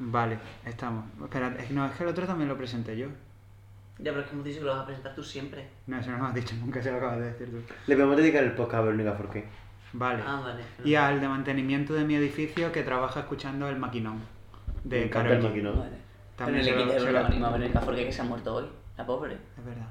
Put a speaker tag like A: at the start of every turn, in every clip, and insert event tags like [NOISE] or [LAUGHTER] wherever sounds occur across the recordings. A: Vale, estamos. Espera, es que no, es que el otro también lo presenté yo.
B: Ya, pero es que hemos dicho que lo vas a presentar tú siempre.
A: No, eso no lo has dicho [LAUGHS] nunca, se lo acabas de decir tú.
C: Le podemos dedicar el podcast a Verónica Forqué.
A: Vale.
B: Ah, vale.
A: Y al de mantenimiento de mi edificio que trabaja escuchando el maquinón.
C: Me
A: De
C: encanta
A: Karol
C: el
A: G.
C: maquinón.
B: Vale.
A: También
B: pero
A: se
B: le
A: lo-
B: quité
A: se
B: el
A: lo-
B: anónimo a Verónica Forqué que se ha muerto hoy. La pobre.
A: Es verdad.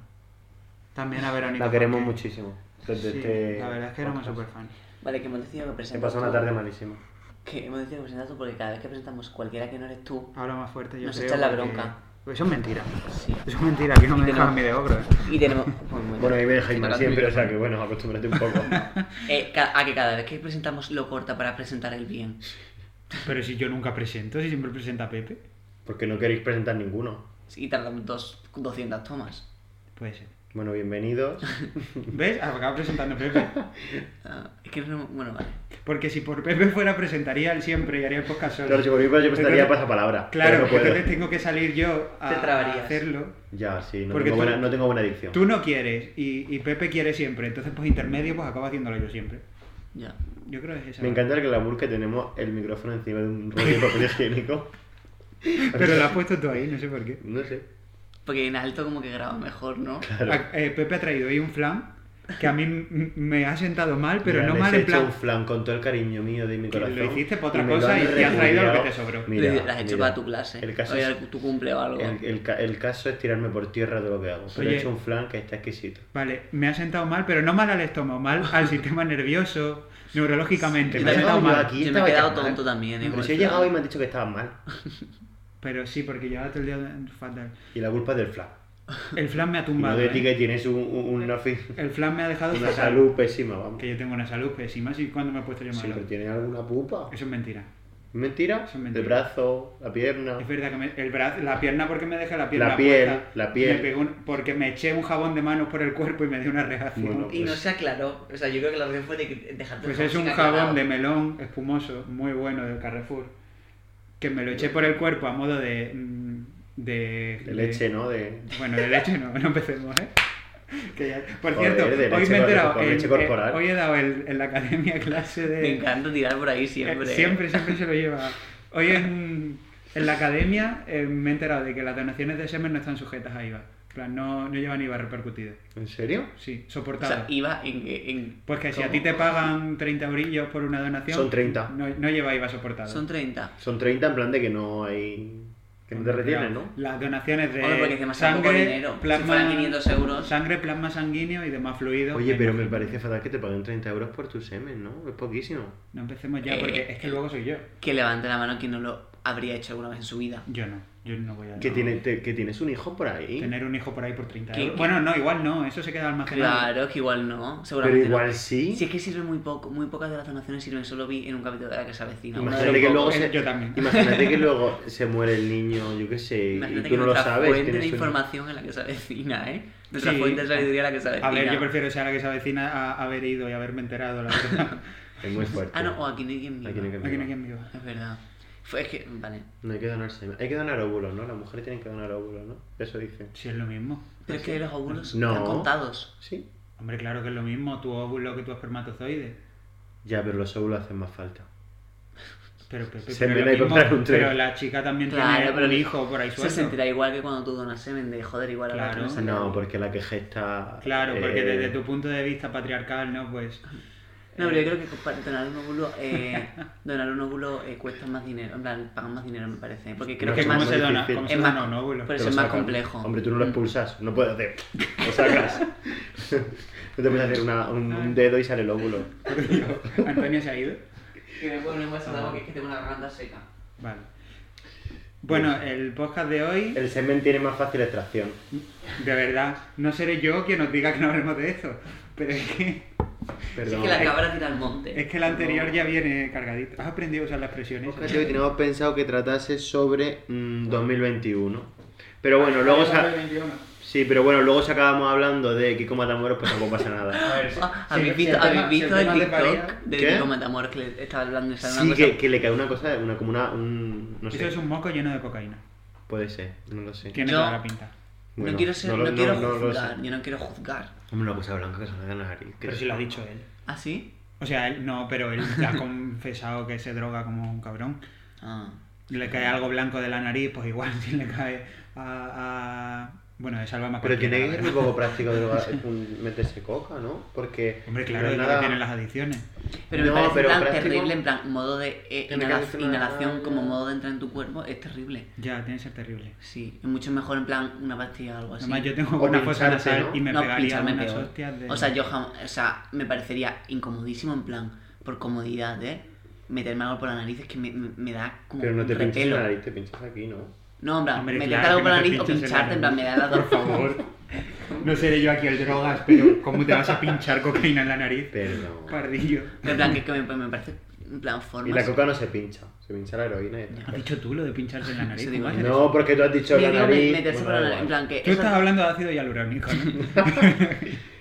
A: También
C: [LAUGHS]
A: a Verónica.
C: La queremos
A: porque-
C: muchísimo. Desde
A: Sí,
C: este
A: la verdad es que éramos
C: podcast.
A: súper fan.
B: Vale, que hemos decidido que
C: Se
B: presentas
C: pasó una
B: tú.
C: tarde malísima.
B: Que hemos decidido que presentas tú porque cada vez que presentamos cualquiera que no eres tú.
A: Habla más fuerte, yo
B: Nos
A: creo.
B: echan la
A: porque-
B: bronca.
A: Eso es mentira.
B: Sí.
A: Eso es mentira, aquí no me
B: Y
A: dejan a
B: tenemos-
A: mí de ogro, eh.
B: Y
C: [LAUGHS]
B: tenemos. Pues, muy
C: Bueno,
B: bien.
C: ahí me dejáis mal
D: Quitad el
C: siempre, o
D: micrófono.
C: sea que bueno, acostúmbrate un poco.
B: Eh, ca- a que cada vez que presentamos lo corta para presentar el bien.
A: Pero si yo nunca presento, si siempre presenta Pepe.
C: Porque no queréis presentar ninguno.
B: Y tardamos dos, 200 tomas.
A: Puede
C: [LAUGHS]
A: ser.
C: Bueno,
A: [LAUGHS]
C: bienvenidos.
A: ¿Ves? Acaba presentando Pepe.
B: Ah, es que no. Bueno, vale.
A: Porque si por Pepe fuera, presentaría él siempre y haría el podcast solo.
C: Claro, si por mí pues, yo prestaría
A: Entonces-
C: pasapalabra.
A: Claro,
C: pero no puedo.
A: entonces tengo que salir yo a,
B: Te trabarías.
A: a hacerlo.
C: Ya, sí, no,
A: Porque
C: tengo
A: tú-
C: buena, no tengo buena adicción.
A: Tú no quieres y, y Pepe quiere siempre, entonces pues intermedio pues acabo haciéndolo yo siempre.
B: Ya.
A: Yo creo que es esa.
C: Me encanta el glamour que tenemos el micrófono encima de un rollo de papel higiénico.
A: [LAUGHS] [LAUGHS] Pero lo has puesto tú ahí, no sé por qué.
C: [LAUGHS] No sé.
B: Porque en alto como que graba mejor, ¿no?
C: Claro.
A: A- eh, Pepe ha traído hoy un flan que a mí m- me ha sentado mal, pero
C: Mira,
A: no
C: les
A: mal
C: he
A: en
C: hecho
A: plan...
C: un flan con todo el cariño mío de mi
A: Que lo
C: corazón.
A: hiciste para otra
C: me lo
A: cosa
C: han
A: y te has traído lo que
C: repudiado.
A: te sobró.
C: Mira,
B: Le- las he hecho
C: mira,
B: para tu clase.
C: El caso
B: o era
C: es-
B: tu cumple o algo.
C: El, el ca- el caso es tirarme por tierra todo lo que hago. Pero
A: Oye.
C: he hecho un flan que está exquisito.
A: Vale, me ha sentado mal, pero no mal al estómago, mal
C: [LAUGHS]
A: al sistema nervioso, neurológicamente.
C: Yo
A: Me ha
C: también
A: sentado
C: estaba
A: mal.
C: aquí.
B: Yo me he
C: estaba
B: quedado
C: llamada.
B: tonto también, ¿eh?
C: Pero
B: con
C: si he
B: el
C: llegado y
B: flan.
C: me han dicho que estaba mal.
A: Pero sí, porque llevaba todo el día fatal.
C: Y la culpa es del flan.
A: El flan me ha
C: No
A: tumbado.
C: de
A: ¿eh?
C: ti que tienes un, un- una, fi-
A: [LAUGHS] El flan me ha dejado
C: una
A: fatal.
C: salud pésima, vamos.
A: Que yo tengo una salud pésima, ¿sí? ¿Cuándo me he puesto yo malo?
C: Siempre tienes alguna pupa.
A: Eso es mentira.
C: ¿Mentira?
A: Eso es mentira.
C: El brazo, la pierna.
A: Es verdad que me- el brazo, la pierna porque me dejé la pierna
C: La piel,
A: puesta.
C: la piel.
A: Me pegó un- porque me eché un jabón de manos por el cuerpo y me dio una reacción.
C: Bueno.
B: Y no se aclaró. O sea, yo creo que la razón fue de que- dejarte
A: Pues
B: el
A: es un
B: aclarado.
A: jabón de melón espumoso, muy bueno del Carrefour, que me lo eché por el cuerpo a modo de... mm, De,
C: De leche, ¿no? De...
A: Bueno, de leche no, [LAUGHS] no empecemos, ¿eh? Que ya- Por
C: Joder,
A: cierto,
C: de
A: hoy
C: leche
A: me he
C: cor-
A: enterado,
C: con
A: en-
C: leche
A: eh,
C: corporal.
A: hoy he dado el- en la academia [LAUGHS] clase de...
B: Me encanta tirar por ahí siempre.
A: Eh, siempre, siempre se lo lleva. Hoy en, en la academia eh, me he enterado de que las donaciones de semen no están sujetas a IVA. En plan, no, no llevan IVA repercutido.
C: ¿En serio?
A: Sí,
B: O sea,
A: soportado.
B: iba en. en-
A: Pues que si a
B: ¿cómo?
A: ti te pagan 30 orillos por una donación...
C: Son 30.
A: No, no lleva IVA soportado.
B: Son 30.
C: Son 30 en plan de que no hay... Que no te retienen, ¿no?
A: Las donaciones de
B: Hombre, porque encima es
A: sangre,
B: poco dinero. Si
A: plasma,
B: fueran 500 euros.
A: sangre, plasma sanguíneo y demás fluidos.
C: Oye, pero me
A: No,
C: parece fatal que te paguen 30 euros por tu semen, ¿no? Es poquísimo.
A: No empecemos ya porque
B: Eh.
A: es que luego soy yo.
B: Que levante la mano quien no lo habría hecho alguna vez en su vida.
A: Yo no, yo no voy a...
C: Que,
A: no.
C: tiene- te- que tienes un hijo por ahí.
A: Tener un hijo por ahí por 30
B: ¿Qué-
A: euros.
B: qué?
A: Bueno, no, igual no, eso se queda almacenado.
B: Claro, que igual no.
C: Pero
B: Seguramente.
C: igual
B: no.
C: sí.
B: Si es que sirve muy poco, muy pocas de las donaciones sirven, solo vi en un capítulo de la que se avecina.
A: Una
C: Imagínate
A: de
C: que
A: poco,
C: luego
A: eh,
C: se-
A: yo también.
C: Imagínate que luego se muere el niño, yo qué sé,
B: Imagínate
C: y
B: que
C: tú no lo
B: nuestra
C: sabes.
B: fuente
C: tienes
B: de
C: un-
B: información en la que se avecina, ¿eh? Nuestra
A: Sí.
B: fuente de sabiduría en la que se avecina.
A: A ver, yo prefiero ser la que se avecina a haber ido y haberme enterado, la
C: [LAUGHS]
A: verdad.
C: Es muy fuerte.
B: Ah, no, o aquí no hay quien viva.
C: Aquí no hay quien
A: Aquí no hay quien viva.
B: Es verdad. Fue es que, vale.
C: No hay que donar semen. Hay que donar óvulos, ¿no? Las mujeres tienen que donar óvulos, ¿no? Eso dicen.
A: Si es lo mismo.
B: Pero es que los óvulos
C: No.
B: están contados.
C: Sí.
A: Hombre, claro que es lo mismo, tu óvulo que tu espermatozoide.
C: Ya, pero los óvulos hacen más falta.
A: Pero, Pepe,
C: Se
A: pero
C: me
A: lo
C: da y
A: mismo-
C: comprar un tren.
A: pero la chica también tiene un hijo por ahí
B: Se
A: suelto.
B: sentirá igual que cuando tú donas semen de joder, igual a
A: Claro.
B: la que
C: No, porque la que gesta.
A: Claro, porque
C: eh,
A: desde tu punto de vista patriarcal, ¿no? Pues...
B: No, pero yo creo que para donar un óvulo, eh, [LAUGHS] donar un óvulo eh, cuesta más dinero, en plan, pagan más dinero me parece, porque creo
C: No,
A: es
B: que
A: que
B: es
C: como
A: cómo
B: más...
A: se
C: muy
A: dona,
C: difícil.
A: cómo se
B: Es más-
A: dona Pues un óvulo.
B: pero
C: te
B: eso
C: lo
B: es más
C: sacan.
B: complejo. Mm.
C: Hombre, tú no lo expulsas, no puedes hacer. Lo sacas. [LAUGHS] no te puedes hacer una- un, un dedo y sale el óvulo.
A: [LAUGHS]
B: [LAUGHS]
A: Antonio se ha ido.
B: Que me pone
A: Ah.
B: más agua que es que tengo una garganta seca.
A: Vale. Bueno, el podcast de hoy,
C: El semen tiene más fácil extracción.
A: de verdad, no seré yo quien os diga que no hablemos de esto. Pero es que,
B: Si es
C: Perdón.
B: que la cabra tira al monte.
A: es que el anterior ya viene cargadito. ¿Has aprendido a usar las expresiones?
C: podcast de hoy teníamos pensado que tratase sobre mm, 2021. Pero bueno, luego sa- sí, pero bueno, luego se acabamos hablando de Kiko Matamoros, pues tampoco
B: [LAUGHS]
C: pasa nada.
B: Ah, ¿Habéis visto, habéis visto el TikTok de
C: ¿Qué?
B: Nico Matamoros que le estaba hablando y salió
C: Sí
B: una
C: que,
B: cosa?
C: que le cae una cosa, una como una un, no
A: Eso
C: sé.
A: es un moco lleno de cocaína.
C: Puede ser, no lo sé.
A: Tiene
B: Yo-
A: toda la pinta.
C: Bueno,
B: no quiero ser,
C: no
B: no,
C: lo- no-
B: quiero
C: no lo
B: juzgar,
C: sé.
B: yo no quiero juzgar.
C: Hombre, una cosa blanca que se me da en la nariz. que-
A: Pero si lo ha dicho él.
B: ¿Ah, sí? [LAUGHS]
A: O sea, él no, pero él ha confesado que se droga como un cabrón.
B: Ah.
A: le cae algo blanco de la nariz, pues igual [LAUGHS] si le cae a. a- Bueno, de salva más
C: Pero tiene
A: cualquiera,
C: que ser
A: la
C: un
A: verdad.
C: poco práctico de droga- meterse coca, ¿no? Porque.
A: Hombre, claro, es
C: no es
A: lo que
C: nada-
A: tienen las adicciones.
B: Pero me
C: No,
B: parece
C: pero
B: en plan
C: práctico.
B: terrible, en plan, modo de eh,
C: Tiene que
B: inhala-
C: hacer una-
B: inhalación como modo de entrar en tu cuerpo, es terrible.
A: Ya, tiene que ser terrible.
B: Sí, es mucho mejor en plan una pastilla Pues o algo así.
A: Además, yo tengo
C: O
A: una fosa
C: pincharte,
A: nasal
C: ¿no?
A: y me
B: No,
A: pegaría
B: pincharme
A: unas
B: peor.
A: hostias de.
B: O sea, yo jamás, o sea, me parecería incomodísimo en plan, por comodidad, ¿eh? Meterme algo por la nariz es que me, me- me da como
C: Pero no
B: un
C: te pinches en
B: repelo.
C: la nariz, te pinchas aquí, ¿no?
B: No, en plan,
A: Hombre,
B: meterte
A: claro,
B: algo
A: que
B: por la
A: no te
B: nariz o
A: pinches en la
B: pincharte, en plan, me da
C: [LAUGHS]
B: la
A: Por favor. No seré yo aquí el drogas, pero ¿cómo te vas a pinchar cocaína en la nariz?
C: Perdón.
A: Pardillo.
B: Pero en plan, que, que me, me parece, en plan, forma.
C: Y la coca no se pincha, se pincha la heroína y ya está.
A: ¿Has dicho tú lo de pincharse en la nariz?
B: Sí,
A: ¿Cómo
B: digo,
A: haces eso?
C: No, porque tú has dicho la nariz.
B: meterse por
C: bueno,
B: la
C: da
B: nariz, en
C: igual.
B: plan, que
A: Tú
B: eso-
A: estás hablando de ácido hialurónico, ¿no?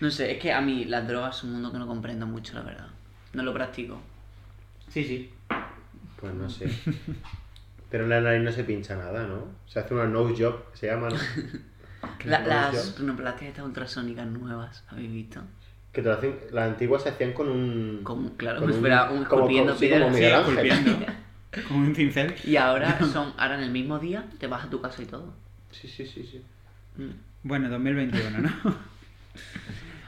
B: No sé, es que a mí las drogas es un mundo que no comprendo mucho, la verdad. No lo practico.
A: Sí, sí.
C: Pues no sé. Pero en la nariz no se pincha nada, ¿no? Se hace una nose job, que se llama, ¿no?
B: La-
C: Claro,
B: las
C: yo-
B: rinoplastias estas ultrasónicas nuevas, ¿habéis visto?
C: Que te lo hacen, las antiguas se hacían con un.
B: Como, claro,
C: con
B: como si fuera un esculpiendo
C: sí, como
A: Sí,
B: piedras.
C: Miguel Ángel.
A: esculpiendo. Con un cincel. [LAUGHS]
B: Y ahora son, ahora en el mismo día te vas a tu casa y todo.
C: Sí, sí, sí, sí.
B: Mm.
A: Bueno, 2021, ¿no?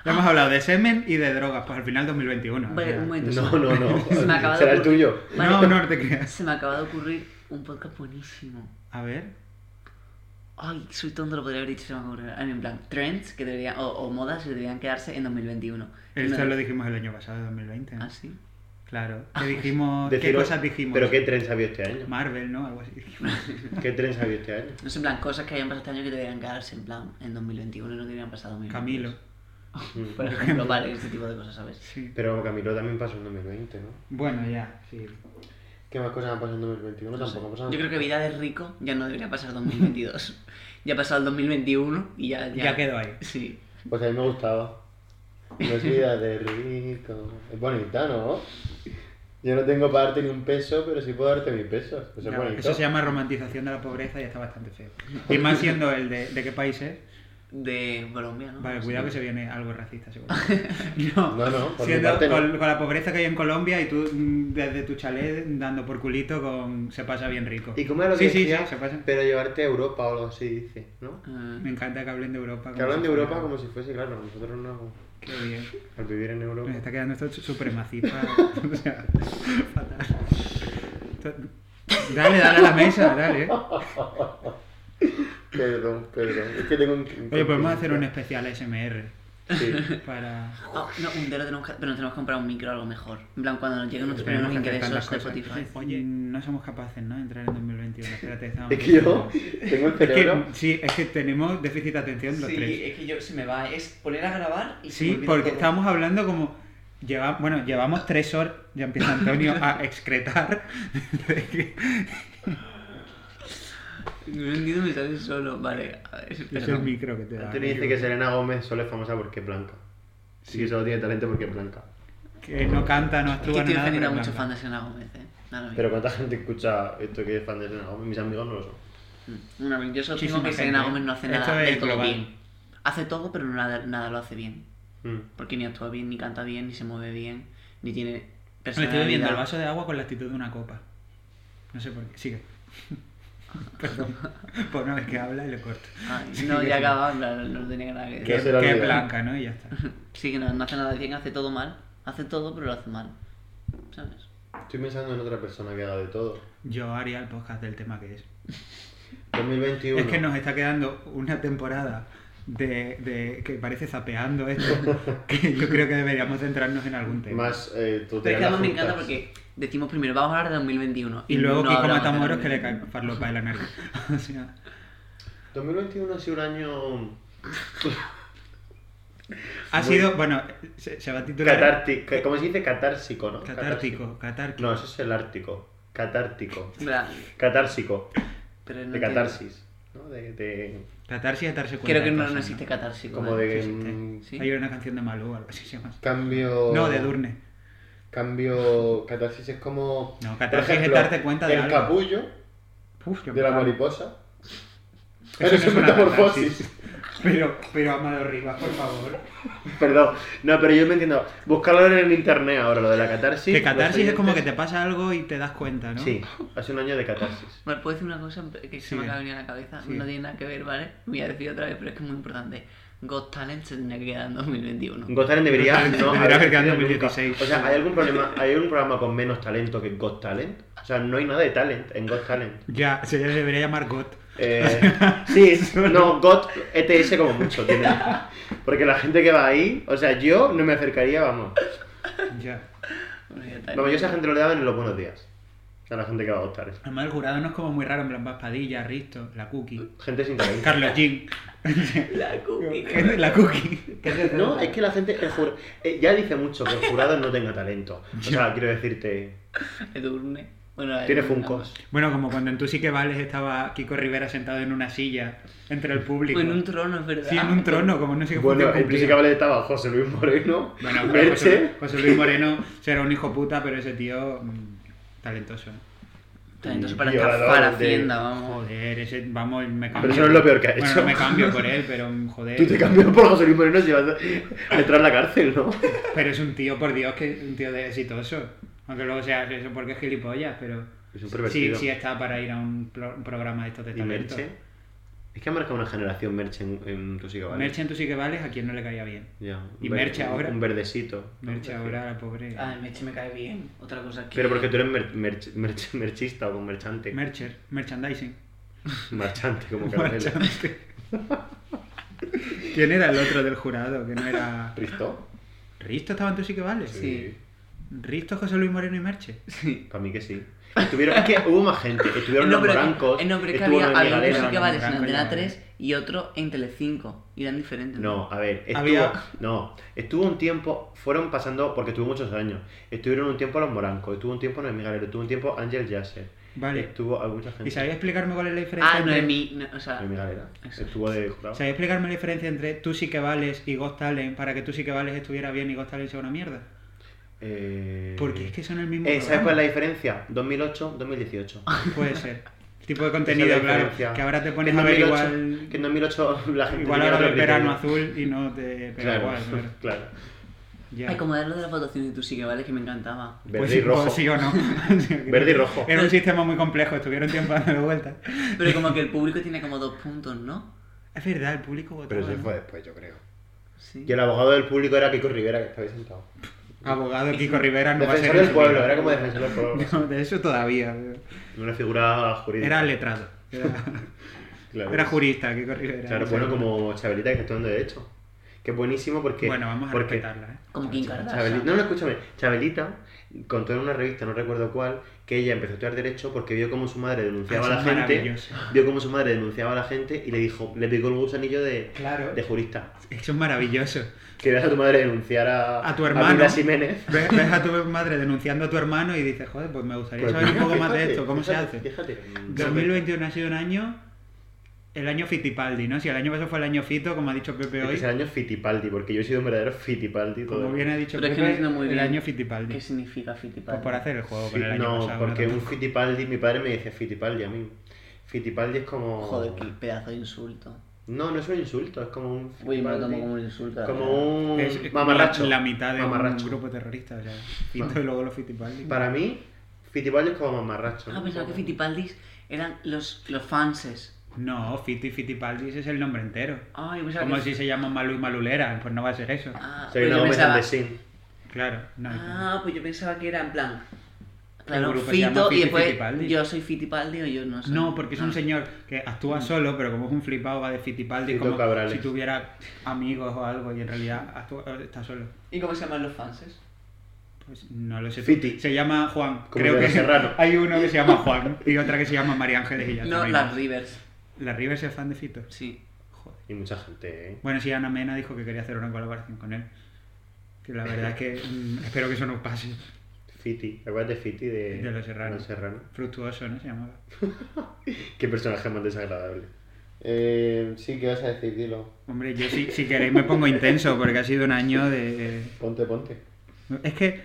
A: Ya hemos hablado de semen y de drogas, pues al final 2021. o
B: Vale,
A: sea.
B: un momento. se
C: No,
B: me-
C: no, no.
B: [LAUGHS] Se me acaba de
C: Será el
B: ocurrir-
C: tuyo.
B: Vale.
A: No, no te creas.
B: Se me acaba de ocurrir un podcast buenísimo.
A: A ver.
B: Ay, soy tonto, lo podría haber dicho, se me ocurrió. Ay, En plan, trends que deberían, o, o modas que deberían quedarse en 2021.
A: Esto
B: No-
A: lo dijimos el año pasado, 2020.
B: ¿Ah, sí? Ah, pues
A: Claro. Que dijimos, ¿Qué
C: Deciros-
A: cosas dijimos?
C: Pero qué tren se ha habido este año.
A: Marvel, ¿no? Algo así. dijimos.
C: ¿Qué tren se ha habido este año?
B: No sé, en plan, cosas que hayan pasado este año que deberían quedarse en plan en 2021 y no deberían pasar en 2022.
A: Camilo.
C: Mm.
B: Por ejemplo, vale, este tipo de cosas, ¿sabes?
A: Sí.
C: Pero Camilo también pasó en 2020, ¿no?
A: Bueno, ya, sí.
C: ¿Qué más cosas han pasado en 2021?
B: No sé.
C: Tampoco ha pasado.
B: Yo creo que vida de rico ya no debería pasar 2022. ya ha pasado el 2021 y ya... Ya,
A: Ya quedó ahí.
B: Sí.
C: Pues a mí me gustaba. No es vida de rico. Es bonita, ¿no? Yo no tengo para darte ni un peso, pero sí puedo darte mis pesos. Eso es
A: Ya,
C: Pues bonito.
A: eso se llama romantización de la pobreza y está bastante feo. Y más siendo el de, de qué país es.
B: De Colombia, ¿no?
A: Vale,
B: Sí.
A: cuidado que se viene algo racista,
C: [LAUGHS]
A: seguro. No,
C: No, no, por mi
A: siendo
C: parte no.
A: con, con la pobreza que hay en Colombia y tú mm, desde tu chalet dando por culito con se pasa bien rico.
C: ¿Y cómo era lo
A: sí,
C: que
A: sí,
C: decía?
A: sí, se pasa.
C: Pero llevarte a Europa o algo así, dice, ¿no?
A: Me
B: Eh,
A: encanta que hablen de Europa.
C: Que
A: como
C: hablan
A: si
C: de
A: fuera-
C: Europa como si fuese, claro, nosotros no.
A: Qué bien.
C: Al vivir en
A: Nos
C: Europa.
A: Pues está quedando esto
C: [LAUGHS]
A: supremacista. [LAUGHS] o sea, fatal. Esto- Dale, dale a la mesa, dale.
C: Perdón, perdón. Es que tengo un.
A: Oye, podemos hacer un especial SMR [LAUGHS]
C: Sí.
A: para...
B: ah, no, un dedo tenemos que... Pero nos tenemos que comprar un micro algo mejor. En plan, cuando nos lleguen nuestros primeros
A: Tenemos que hacer
B: ingresos de
A: tantas cosas.
B: Spotify.
A: Oye, no somos capaces, ¿no? De entrar en
B: [LAUGHS]
A: 2021. Espérate, estamos...
C: Es que yo tengo
A: Es
C: el
A: que,
C: cerebro.
A: sí, es que tenemos déficit de atención los tres.
B: es que yo se me va, es poner a grabar y
A: Sí, porque estábamos hablando como... Lleva, bueno, llevamos tres horas, ya empieza Antonio
B: [LAUGHS]
A: a excretar.
B: No he entendido, me sale solo. Vale, a ver,
A: es
B: perdón.
A: el micro que te da.
C: Antonio dice que Selena Gómez solo es famosa porque es blanca. Sí, que solo tiene talento porque es blanca.
A: Que no canta, no
B: Es que
A: actúa, no
B: estoy
A: nada. pero
B: ofendiendo a
A: es
B: muchos
A: blanca.
B: fans de Selena Gómez, eh. Nada
C: Pero ¿cuánta gente escucha esto que es fan de Selena Gómez? Mis amigos no lo son.
B: Mm. Una vez, yo solo
A: Muchísima
B: digo que
A: gente,
B: Selena
A: ¿eh?
B: Gómez no hace
A: Esto
B: nada
A: es
B: del todo
A: global.
B: bien. Hace todo, pero nada, nada lo hace bien.
C: Mm.
B: Porque ni actúa bien, ni canta bien, ni se mueve bien, ni tiene
A: Me
B: personalidad.
A: estoy bebiendo el vaso de agua con la actitud de una copa. No sé por qué. Sigue. [LAUGHS]
B: [LAUGHS]
A: Perdón. Por una vez que habla y le corto. [LAUGHS]
B: Ay, Ah, no, ya acababa, en plan, no tenía nada que
A: Que
C: ¿Qué?
B: decir.
C: se lo
A: que es
C: olvida.
A: blanca, ¿no? Y ya está.
B: [LAUGHS] Sí, que no, no hace nada bien, hace todo mal. Hace todo, pero lo hace mal. ¿Sabes?
C: Estoy pensando en otra persona que haga de todo.
A: Yo haría el podcast del tema que es.
C: 2021.
A: Es que nos está quedando una temporada de, de- que parece zapeando
C: [LAUGHS]
A: esto, que yo creo que deberíamos centrarnos en algún tema.
C: Más eh,
B: Pero
C: tú
B: es que
C: tirando
B: además me encanta
C: juntas.
B: porque decimos primero, vamos a hablar de 2021.
A: y luego
B: no
A: Kiko
B: hablamos de
A: Matamoros que le
B: 2021.
A: cae farlopa de la nariz. [LAUGHS] O sea,
C: 2021 ha sido un año
A: ha
C: Muy-
A: sido, bueno, se, se va a titular...
C: catártico. ¿Cómo se dice? Catársico, ¿no?
A: Catártico, catártico.
C: No, eso es el ártico. Catártico.
B: En plan,
C: Catársico.
B: pero no
C: De
B: entiendo.
C: catarsis. ¿no? De, de-
A: Catarsis es darse cuenta.
B: Creo que
A: de
B: no,
A: cosas,
B: no existe catársico.
C: como
B: ¿eh?
C: de
A: Sí, sí, sí.
C: mm,
B: Sí.
A: Hay una canción de Malú o algo así se llama.
C: cambio.
A: No, de Durne.
C: Cambio. Catarsis es como.
A: No,
C: por
A: catarsis es darte cuenta de
C: El
A: algo.
C: capullo
A: Uf, yo
C: de la
A: me-
C: mariposa.
A: Eso
C: Eres
A: no es
C: una
A: una
C: metamorfosis.
A: Pero, pero Amado Rivas, por favor.
C: [LAUGHS] Perdón. No, pero yo me entiendo. Buscarlo en el internet ahora, lo de la catarsis.
A: que catarsis
C: los
A: es como que
C: oyentes-
A: te pasa algo y te das cuenta, ¿no?
C: Sí, hace un año de catarsis.
B: Bueno, puedo decir una cosa que se
A: Sí.
B: me acaba de venir a la cabeza,
A: Sí.
B: no tiene nada que ver, ¿vale? Me voy a decir otra vez, pero es que es muy importante. Got Talent se tendría que quedar en 2021.
C: Got Talent debería
A: Got Talent
C: no
A: debería
C: haber
A: haber quedado en
C: existido nunca.
A: 2016.
C: O sea, ¿hay algún problema? ¿Hay algún programa con menos talento que Got Talent? O sea, no hay nada de talent en Got Talent.
A: Ya, se debería llamar GOT.
C: Eh, sí, no, GOT ETS como mucho tiene. Porque la gente que va ahí, o sea, yo no me acercaría, vamos.
A: Ya.
B: Bueno, ya está.
C: Vamos, yo a esa gente lo le daban en los buenos días. A la gente que va a Got Talent.
A: Además, el jurado no es como muy raro, en plan Paz Padilla, Risto, la Cookie,
C: Gente sin talento.
A: Carlos
C: [LAUGHS]
A: Jean.
B: La cookie.
A: la Cookie.
C: No, es que la gente, el jur- eh, ya dice mucho que el jurado no tenga talento. O sea, quiero decirte,
B: Edurne. Bueno,
C: tiene
B: Edurne,
C: funcos.
A: Bueno, como cuando en Tú sí que vales estaba Kiko Rivera sentado en una silla entre el público.
B: vamos. En un trono, es verdad.
A: Sí, en un trono, como no sé qué
C: Bueno,
A: función
C: en
A: cumplía.
C: física vale estaba José Luis Moreno,
A: Bueno, pero José,
C: Merche.
A: José Luis eh. Moreno será un hijo puta, pero ese tío mm, talentoso.
B: Talentoso para
C: Violador
B: estafar
C: de-
B: Hacienda, vamos.
A: Joder, ese, vamos, me cambio.
C: Pero eso no es lo peor que ha
A: Bueno,
C: hecho.
A: no me cambio por él, pero
C: [LAUGHS]
A: mm, joder.
C: Tú te cambias por José Luis Moreno si vas a a entrar a la cárcel, ¿no?
A: Pero es un tío, por Dios, que es un tío de exitoso. Aunque luego sea eso porque es gilipollas, pero.
C: Es un
A: Sí,
C: pervertido.
A: sí está para ir a un, pro- un programa de estos de
C: ¿Y
A: talento.
C: Merche? Es que ha marcado una generación Merche en, en tu siga, ¿vale?
A: Merche en tú sí que vales a quien no le caía bien.
C: Ya, un
A: ¿Y
C: ver-
A: Merche
C: un-
A: ahora?
C: Un verdecito.
A: Merche ahora, la pobre.
B: Ay, Meche me cae bien. Otra cosa es que.
C: Pero porque tú eres mer- merch- merch- [LAUGHS] merchista o con merchante.
A: Mercher, merchandising.
C: Marchante,
A: [LAUGHS]
C: como caramelo.
A: Marchante. ¿Quién era el otro del jurado? Que no era.
C: ¿Risto?
A: ¿Risto estaba en tú sí que vale?
B: Sí.
A: ¿Risto, José Luis Moreno y Merche?
C: Para mí que sí. Estuvieron, es que hubo más gente.
A: [LAUGHS]
C: Estuvieron
B: no,
C: los
B: pero,
C: blancos.
B: eh, no, pero es que
C: estuvo
B: había,
C: Noemí
B: había
C: Galera.
B: uno sí que
A: no,
B: vale en
A: Franco
B: Antena
A: ya.
B: 3 y otro en Telecinco. Y eran diferentes.
C: No, a ver, estuvo,
A: Había-
C: no, estuvo un tiempo, fueron pasando, porque estuvo muchos años, estuvieron un tiempo los Morancos, estuvo un tiempo Noemí Galero, estuvo un tiempo Ángel Yasser,
A: Vale.
C: estuvo hay mucha gente.
A: ¿Y sabéis explicarme cuál es la diferencia?
B: Ah,
A: entre-
B: Noemí. No, o sea,
C: Noemí Galera,
B: Exacto.
C: estuvo de jurado.
A: ¿Sabéis explicarme la diferencia entre tú sí que vales y Ghost Talent para que tú sí que vales estuviera bien y Ghost Talent sea una mierda?
C: Eh,
A: Porque es que son el mismo.
C: eh, ¿Sabes
A: programa.
C: cuál es pues la diferencia? 2008-2018.
A: Puede
C: [LAUGHS]
A: ser. Tipo de contenido, claro. Que ahora te pones a ver igual.
C: Que en 2008 la gente
A: Igual
C: tenía
A: ahora ves
C: otro
A: verano
C: criterio.
A: azul y no te pega
C: Claro,
A: igual, claro.
C: claro.
A: Ya.
B: Ay, como darlo de las votaciones de tú sí que vale, que me encantaba.
C: Verde
A: Pues
C: y
A: sí,
C: rojo.
A: pues sí o no. [LAUGHS] O sea, que-
C: Verde y rojo.
A: Era un sistema muy complejo, estuvieron tiempo dándole vueltas.
B: Pero como que el público tiene como dos puntos, ¿no?
A: Es verdad, el público votó.
C: Pero eso fue después, yo creo.
B: Sí.
C: Y el abogado del público era Kiko Rivera, que estaba ahí sentado.
A: Abogado Kiko Rivera no va a ser.
C: Defensor del
A: su
C: pueblo,
A: vida.
C: era como defensor
A: [LAUGHS]
C: del pueblo.
A: No, de eso todavía.
C: Una figura jurídica.
A: Era
C: [LAUGHS]
A: letrado. Era,
C: Claro.
A: era jurista, Kiko Rivera.
C: Claro,
A: Era-
C: bueno, como Chabelita que está estudiando Derecho. Que es buenísimo porque.
A: Bueno, vamos a
C: porque
A: respetarla, ¿eh?
B: Como Kim
C: Chabeli-
B: Kardashian.
C: No, no, escúchame. Chabelita contó en una revista, no recuerdo cuál, que ella empezó a estudiar Derecho porque vio cómo su madre
A: Ah,
C: denunciaba a la
A: eso es
C: gente.
A: maravilloso.
C: Vio cómo su madre denunciaba a la gente y le dijo, le picó el gusanillo de,
A: Claro.
C: de jurista.
A: Eso es maravilloso.
C: Que veas a tu madre denunciar a.
A: A tu hermano.
C: Pilar Jiménez.
A: [LAUGHS] Ves, ves a tu madre denunciando a tu hermano y dices, joder, pues me gustaría saber un poco más de esto, cómo se hace.
C: Fíjate.
A: 2021 ha sido un año, el año Fitipaldi, ¿no? Si el año pasado fue el año Fito, como ha dicho Pepe
C: Es que
A: hoy,
C: es el año Fitipaldi, porque yo he sido un verdadero Fitipaldi todo
A: como
C: el-
A: bien ha dicho
B: Pero es que no
A: Pepe,
B: entiendo muy
A: el
B: bien
A: año Fitipaldi.
B: ¿Qué significa
A: Pues
B: Fittipaldi?
A: por hacer el juego
C: Sí,
A: con el año
C: no,
A: pasado.
C: porque
A: ¿no?
C: un Fittipaldi, mi padre me decía Fittipaldi a mí. Fittipaldi es como.
B: Joder, qué pedazo de insulto.
C: No, no es un insulto, es como un.
B: Uy, me lo tomo
C: Fittipaldi,
B: como un insulto. la verdad.
C: como un.
A: Es- es como
C: mamarracho.
A: La, la mitad de
C: Mamarracho. Ah.
A: un grupo terrorista, o sea, Fito y luego los Fitipaldi.
C: Para mí, Fittipaldi es como mamarracho.
B: Ah, pensaba que
C: Fittipaldi.
B: Fittipaldis eran los, los fanses.
A: No, Fito y Fitipaldi ese es el nombre entero.
B: Ay, pensaba
A: Como
B: que...
A: si se llaman Malú y Malulera, pues no va a ser eso.
B: Ah,
C: Soy
B: pues
C: una
B: yo
C: Gómez
B: pensaba...
C: Andesin.
A: Claro, no. no.
B: Ah, pues yo pensaba que era en plan... Claro,
A: grupo se llama
B: Fito
A: Fito y
B: y después
A: Fittipaldi.
B: yo soy Fittipaldi o yo no soy.
A: No, porque es un
B: Ah.
A: señor que actúa solo, pero como es un flipado va de Fittipaldi,
C: Fito
A: como
C: Cabrales.
A: si tuviera amigos o algo y en realidad actúa- está solo.
B: ¿Y cómo se llaman los fanses?
A: Pues no lo sé.
C: Fiti.
A: Se llama Juan.
C: Como
A: Creo
C: Pedro
A: que
C: Serrano.
A: [LAUGHS] hay uno que se llama Juan y otra que se llama María Ángeles y ya
B: No,
A: está,
B: las
A: más.
B: Rivers.
A: ¿La Rivers es fan de Fito?
B: Sí.
A: Joder.
C: Y mucha gente, ¿eh?
A: Bueno, sí, Ana Mena dijo que quería hacer una colaboración con él. Que la verdad es que mm, espero que eso no pase.
C: Fiti, ¿te acuerdas de Fiti de,
A: De los Serrano.
C: Los Serrano?
A: Fructuoso, ¿no? Se llamaba.
C: Qué personaje más desagradable. Eh, sí, ¿qué vas a decir? Dilo.
A: Hombre, yo si, si queréis me pongo intenso porque ha sido un año de...
C: Ponte, ponte.
A: Es que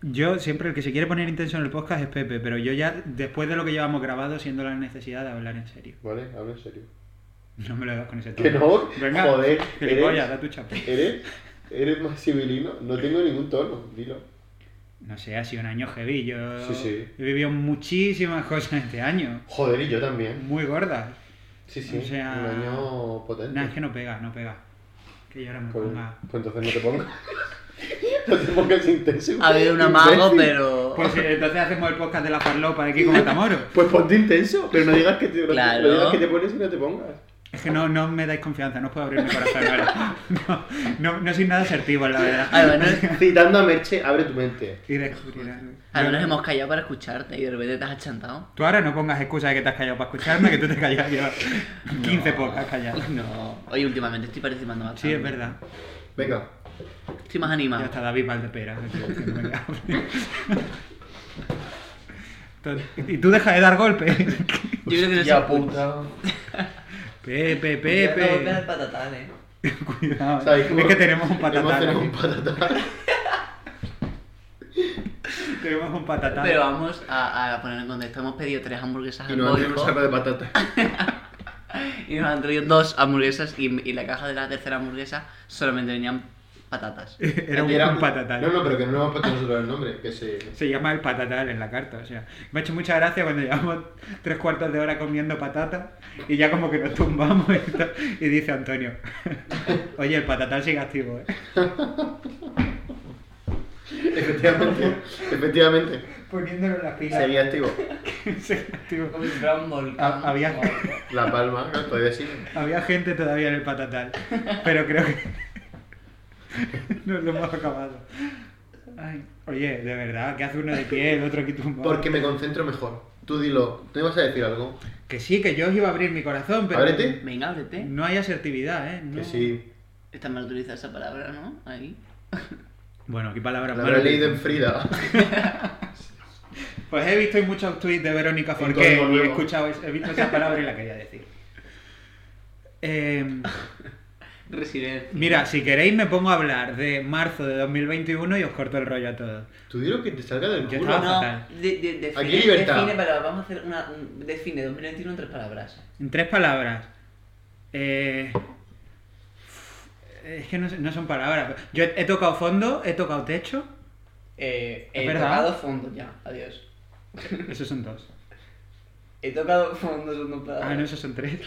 A: yo siempre, el que se quiere poner intenso en el podcast es Pepe, pero yo ya, después de lo que llevamos grabado, siendo la necesidad de hablar en serio.
C: Vale, hablo en serio.
A: No me lo hagas con ese tono.
C: Que no,
A: Venga,
C: joder,
A: gilipollas,
C: eres-
A: da tu chapa.
C: ¿Eres? ¿Eres más civilino? No tengo ningún tono, dilo.
A: No sé, ha sido un año heavy. Yo
C: Sí, sí.
A: he vivido muchísimas cosas este año.
C: Joder, y yo también.
A: Muy gordas.
C: Sí, sí.
A: O sea,
C: Un año potente.
A: Nada, es que no pega, no pega. Que yo ahora me
C: pues,
A: ponga.
C: pues entonces no te pongas. [LAUGHS] no te pongas intenso.
B: Ha habido un amago,
C: imbécil.
B: pero.
A: Pues eh, entonces hacemos el podcast de la farlopa de Kiko Matamoro.
C: Pues ponte intenso, pero no digas que te, no-
B: Claro.
C: no digas que te pones y no te pongas.
A: Es que no, no me dais confianza, no os puedo abrir mi corazón ahora. [LAUGHS] No, no, no soy nada asertivo, la verdad.
B: Además, Ah, no-
C: Citando a Merche, abre tu mente.
A: Y descubrirás.
B: además Ah, nos hemos callado para escucharte y de repente te has achantado.
A: Tú ahora no pongas excusa de que te has callado para escucharme, que tú te callas
B: [LAUGHS]
A: yo 15 podcasts callado.
B: No. Oye, últimamente estoy participando más.
A: Sí, es verdad.
C: Venga.
B: Estoy más
A: Ya
B: animado.
A: está David Valdepera. me estoy diciendo, venga. [LAUGHS] Entonces, Y tú deja de dar golpes. [LAUGHS]
B: Yo creo que no se
C: Ya
B: escucha.
C: puta.
A: Pepe,
B: Ya no veas el
A: Pepe.
B: patatán, eh.
A: Cuidado.
C: ¿Sabes cómo-
A: Es que tenemos un
C: Hemos
A: patatán.
C: tenido
A: aquí.
C: un patatán.
A: Tenemos un patatán.
B: Pero vamos a, a poner en contexto. Hemos pedido tres hamburguesas
C: Y
B: al
C: nos han traído un
B: boico
C: saco de patatas.
B: y nos han traído dos hamburguesas y, y la caja de la tercera hamburguesa solamente venían
A: [LAUGHS]
B: patatas.
A: [LAUGHS] Era un,
C: Y era-
A: un patatán.
C: No, no, pero que no nos hemos puesto nosotros el nombre. Que se...
A: Se llama el patatal en la carta, o sea. Me ha hecho mucha gracia cuando llevamos tres cuartos de hora comiendo patata y ya como que nos tumbamos y, to- y dice Antonio, [LAUGHS] oye, el patatal sigue activo, ¿eh?
C: Efectivamente. [LAUGHS] Efectivamente.
A: Poniéndolo en las pilas. [LAUGHS]
C: Seguía activo.
A: Sigue activo.
B: Como si fuera un volcán.
A: Ha- Ah, había-
C: La palma, claro, todavía sigue.
A: Había gente todavía en el patatal, pero creo que [LAUGHS] nos lo hemos acabado. Ay, oye, de verdad, que hace uno de pie, el otro aquí tumbado.
C: Porque me concentro mejor. Tú dilo. ¿Tú ibas a decir algo?
A: Que sí, que yo os iba a abrir mi corazón, pero
C: Ábrete.
B: Venga, ábrete.
A: no hay asertividad, ¿eh? No.
C: Que sí.
B: Está mal utilizada esa palabra, ¿no? Ahí.
A: Bueno, qué palabras
C: La
A: malas.
C: habré leído en Frida.
A: Pues he visto muchos tweets de Verónica
C: Entonces,
A: Forqué y
C: volvemos.
A: he escuchado, es- he visto esa palabra y la quería decir. Eh,
B: Resident.
A: mira, si queréis me pongo a hablar de marzo de 2021 y os corto el rollo a todos.
C: Tú dilo que te salga del
A: Yo
C: culo.
A: estaba-
B: No,
A: fatal.
B: de, de, define,
C: Aquí hay libertad.
B: define palabras. Vamos a hacer una. un- Define 2021 en tres palabras.
A: En tres palabras. Eh, es que no, no son palabras. Yo he, he tocado fondo, he tocado techo.
B: Eh, he
A: Es verdad.
B: tocado fondo ya. Adiós.
A: Esos son dos.
B: He tocado fondo, son dos palabras.
A: Ah, no, esos son tres.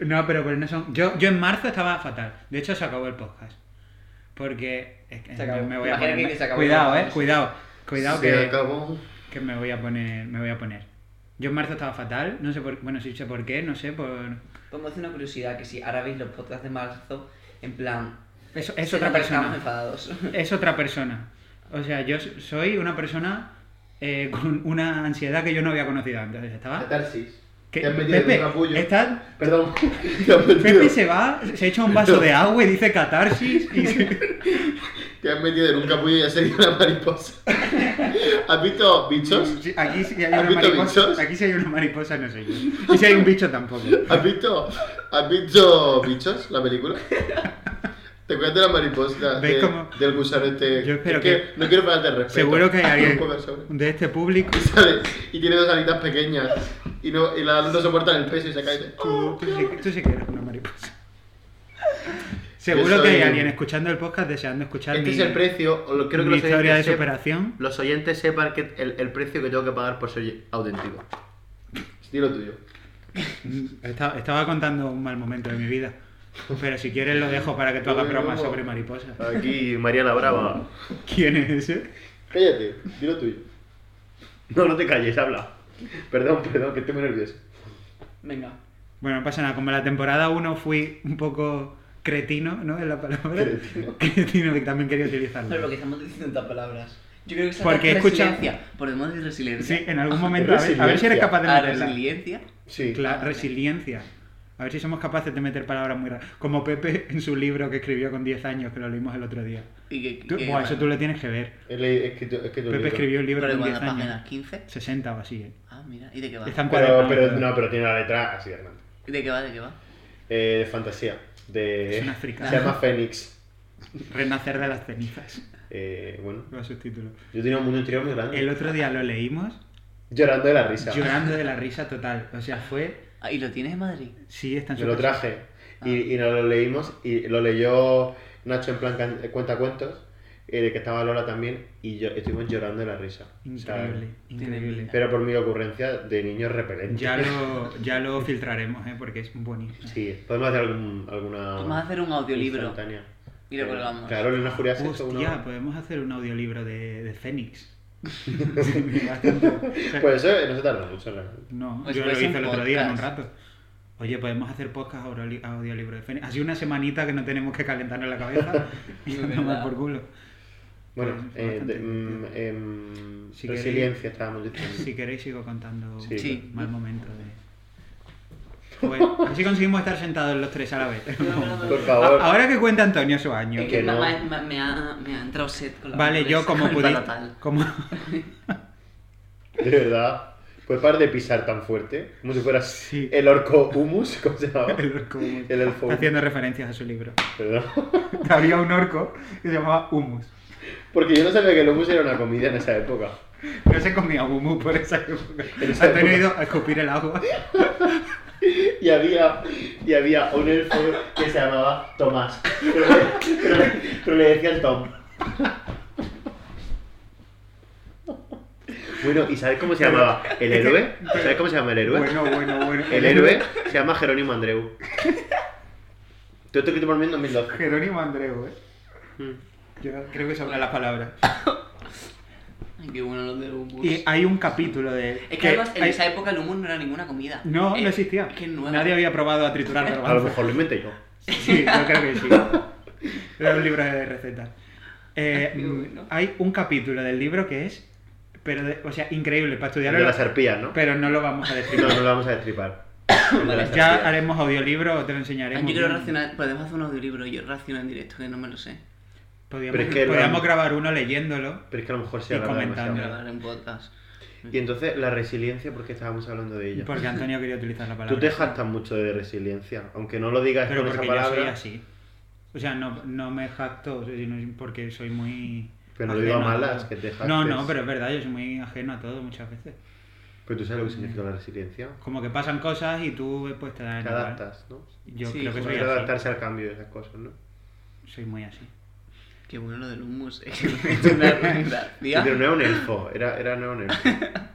A: No, pero pues no son. Yo, yo en marzo estaba fatal. De hecho, se acabó el podcast. Porque. es que
B: Se acabó.
A: Me voy a
B: Imagina
A: poner.
B: que se acabó el
A: cuidado, eh.
B: podcast.
A: Cuidado. Cuidado
C: Se
A: que,
C: acabó.
A: que me voy a poner. Me voy a poner. Yo en marzo estaba fatal. No sé por. Bueno, sí sé por qué, no sé por.
B: Vamos a hacer una curiosidad: que si ahora veis los podcasts de marzo, en plan.
A: Eso, es
B: se
A: otra
B: nota que Estamos
A: persona.
B: enfadados. [LAUGHS]
A: es otra persona. O sea, yo s- soy una persona eh, con una ansiedad que yo no había conocido antes. Estaba.
C: Catarsis.
A: que-
C: Te has metido en
A: ¿Ah? Pepe,
C: un capullo.
A: está-
C: Perdón. [LAUGHS] Te has metido.
A: Pepe se va, se echa un vaso de agua y dice catarsis. Y se-
C: Te has metido en un capullo y has salido
A: [LAUGHS]
C: una mariposa. ¿Has visto bichos?
A: Sí, Aquí sí hay
C: ¿Has
A: una
C: visto bichos?
A: mariposa. Aquí sí hay una mariposa, no sé yo. Y si hay un bicho tampoco.
C: ¿Has visto, ¿Has visto bichos, la película? ¿Te acuerdas de la mariposa?
A: ¿Ves
C: de-
A: cómo?
C: del gusano este.
A: Yo espero
C: Es que
A: que-
C: No quiero faltarte el respeto.
A: Seguro
C: [LAUGHS]
A: que hay alguien
C: Un poco sobre.
A: de este público.
C: Y sale- Y tiene dos alitas pequeñas. Y, no, y las no soportan el peso y se cae. y dice,
A: Tú,
C: "Oh".
A: tú sí, tú sí que eres una mariposa. Seguro
C: Yo
A: que hay
C: soy-
A: alguien escuchando el podcast deseando escuchar
C: Este
A: mi,
C: es el precio. o lo- Creo que
A: mi
C: los
A: historia de
C: oyentes sep-
A: superación.
C: los oyentes sepan que el, el precio que tengo que pagar por ser auténtico. Estilo tuyo.
A: Estaba, estaba contando un mal momento de mi vida. Pero si quieres lo dejo para que tú hagas
C: Bueno.
A: bromas sobre mariposas.
C: Aquí María la Brava.
A: ¿Quién es ese?
C: Cállate, dilo tuyo. No, no te calles, habla. Perdón, perdón, que estoy muy nervioso.
B: Venga.
A: Bueno, no pasa nada. Como en la temporada 1 fui un poco cretino, ¿no? Es la palabra.
C: Cretino.
A: [LAUGHS] Cretino, que también quería utilizarlo.
B: Pero porque estamos diciendo tantas palabras. Yo creo que esa
A: Porque
B: es
A: he escuchado-
B: resiliencia. Podemos decir resiliencia.
A: Sí, en algún momento. A ver, a ver si eres
C: Ah, resiliencia.
A: capaz de
B: Ah,
A: meterla.
B: resiliencia.
C: Sí.
A: La resiliencia. A ver si somos capaces de meter palabras muy raras. Como Pepe en su libro que escribió con 10 años, que lo leímos el otro día.
B: Y que,
A: Tú-
B: que-
A: buah, eso tú lo tienes que ver.
C: He leído- Es que, es que te
A: Pepe
C: olvido.
A: escribió el libro
B: Pero
A: con
B: igual
A: 10
B: las
A: años.
B: páginas 15.
A: 60 o así. ¿eh?
B: Ah, mira. ¿Y de qué va?
A: Está
C: Pero,
A: encuadernado,
C: pero,
A: pero-
C: no, pero tiene la letra así, Hernán.
B: ¿De qué va? ¿De qué va?
C: Eh, de fantasía. De,
A: Es una fricada.
C: Se llama Fénix.
A: Renacer de las cenizas.
C: Eh, bueno,
A: Va su título.
C: yo tenía un mundo interior muy grande.
A: El otro día lo leímos
C: Llorando de la risa.
A: llorando de la risa total. O sea, fue
B: Ah, ¿Y lo tienes en Madrid?
A: Sí, está en
C: Yo
A: su
C: lo
A: casa. Ah.
C: traje y, y nos lo leímos y lo leyó Nacho en plan can- cuentacuentos, eh, de que estaba Lola también, y yo estuvimos llorando de la risa. O sea,
A: Increíble, increíble.
C: pero por mi ocurrencia de niños repelentes. [LAUGHS]
A: Ya lo, ya lo filtraremos, ¿eh? porque es buenísimo.
C: Sí, podemos hacer algún, alguna...
B: Vamos a hacer un audiolibro.
C: instantánea.
B: Y lo
C: Pero,
B: colgamos.
C: Claro, Elena Furia hace esto
A: Hostia,
C: uno-
A: podemos hacer un audiolibro de, de
C: [LAUGHS]
A: Fénix. Sí, me va tanto. O sea,
C: Pues eso eh, no se tarda mucho. la-
A: no,
B: pues
A: yo lo
B: puede
A: hice
B: ser
A: el
B: un
A: otro día en un
B: podcast.
A: rato. Oye, podemos hacer podcast audioli- audiolibro de Fénix. Así una semanita que no tenemos que calentarnos la
B: [LAUGHS]
A: cabeza y
B: Es
A: no
B: verdad.
A: por culo.
C: Bueno,
A: Pues,
C: eh,
A: bastante
C: de-
A: divertido.
C: mm, em,
A: Si queréis-
C: resiliencia estábamos diciendo.
A: Si queréis sigo contando
C: Sí.
B: Sí.
A: mal momento de. Bueno, así conseguimos estar sentados los tres a la vez.
B: [LAUGHS]
C: Por favor.
A: A- Ahora que cuenta Antonio su año.
B: Es que
C: no.
B: me, me- me ha, me ha entrado set con la
A: Vale, yo
B: hamburguesa,
A: como
B: con el
A: pude.
B: patatal.
A: Como... [LAUGHS]
C: [LAUGHS] De verdad. Pues par de pisar tan fuerte, como si fueras
A: Sí.
C: el orco humus, ¿cómo se llamaba?
A: [LAUGHS] El orco humus.
C: El elfo
A: Está
C: humus.
A: haciendo referencias a su libro. [LAUGHS]
C: Perdón.
A: Había un orco que se llamaba Humus.
C: Porque yo no sabía que el humus era una comida en esa época.
A: No se comía humus por esa época.
C: En [LAUGHS] esa
A: Antonio ha
C: época.
A: ido a escupir el agua.
C: Y había, y había un elfo que se llamaba Tomás. Pero le, pero le- pero le decían Tom. Bueno, ¿y sabes cómo se llamaba el héroe? ¿Sabes cómo se llama el héroe?
A: Bueno, bueno, bueno.
C: El héroe se llama Jerónimo Andreu. Todo esto escrito por mí en 2012.
A: Jerónimo Andreu, ¿eh?
C: Mm.
A: Yo creo que sobran las palabras.
B: Ay, qué bueno los del hummus.
A: Y hay un capítulo de.
B: Es que además en
A: hay-
B: esa época el hummus no era ninguna comida.
A: No,
B: Eh,
A: no existía.
B: Es que no era-
A: Nadie había probado a
C: [LAUGHS]
A: triturar
C: A lo
A: garbanzos.
C: mejor lo inventé yo.
A: Sí, yo creo que sí. Era un libro de recetas. Eh,
B: Qué bueno.
A: mm, Hay un capítulo del libro que es, pero de- o sea, increíble para
C: El
A: estudiarlo,
C: de las arpías, ¿no?
A: pero no lo vamos a decir.
C: No, no lo vamos a destripar. El de las
A: ya
C: arpías.
A: haremos audiolibro, te lo
B: Ay,
A: enseñaremos.
B: yo quiero
A: bien.
B: racionar, podemos hacer un audiolibro, yo raciono en directo, que no me lo sé.
A: Podríamos,
C: Pero es que lo-
A: podríamos grabar uno leyéndolo.
C: Pero es que a lo mejor se
A: Y
C: habla
A: comentando.
C: demasiado.
B: Grabar en podcast.
C: Y entonces, la resiliencia, porque estábamos hablando de ella.
A: Porque Antonio quería utilizar la palabra.
C: Tú te jactas mucho de resiliencia, aunque no lo digas
A: Pero
C: con esa
A: porque yo soy
C: palabra,
A: así. O sea, no, no me jacto o sea, sino porque soy muy.
C: Pero no lo digo a
A: ajeno
C: malas,
A: todo.
C: que te jactes.
A: No, no, pero es verdad, yo soy muy ajeno a todo muchas veces.
C: pero tú sabes lo que significa
A: Mm.
C: la resiliencia.
A: Como que pasan cosas y tú pues te dan
C: Te
A: igual.
C: adaptas, ¿no?
A: Yo
B: Sí,
A: creo que
B: como
A: soy
C: Saber
A: así.
C: adaptarse al cambio de esas cosas, ¿no?
A: Soy muy así.
B: Qué bueno lo del hummus, es que me he hecho una
C: Sí, Pero
B: racionalidad.
C: no era un elfo, era, era no era un
A: [LAUGHS]
C: elfo.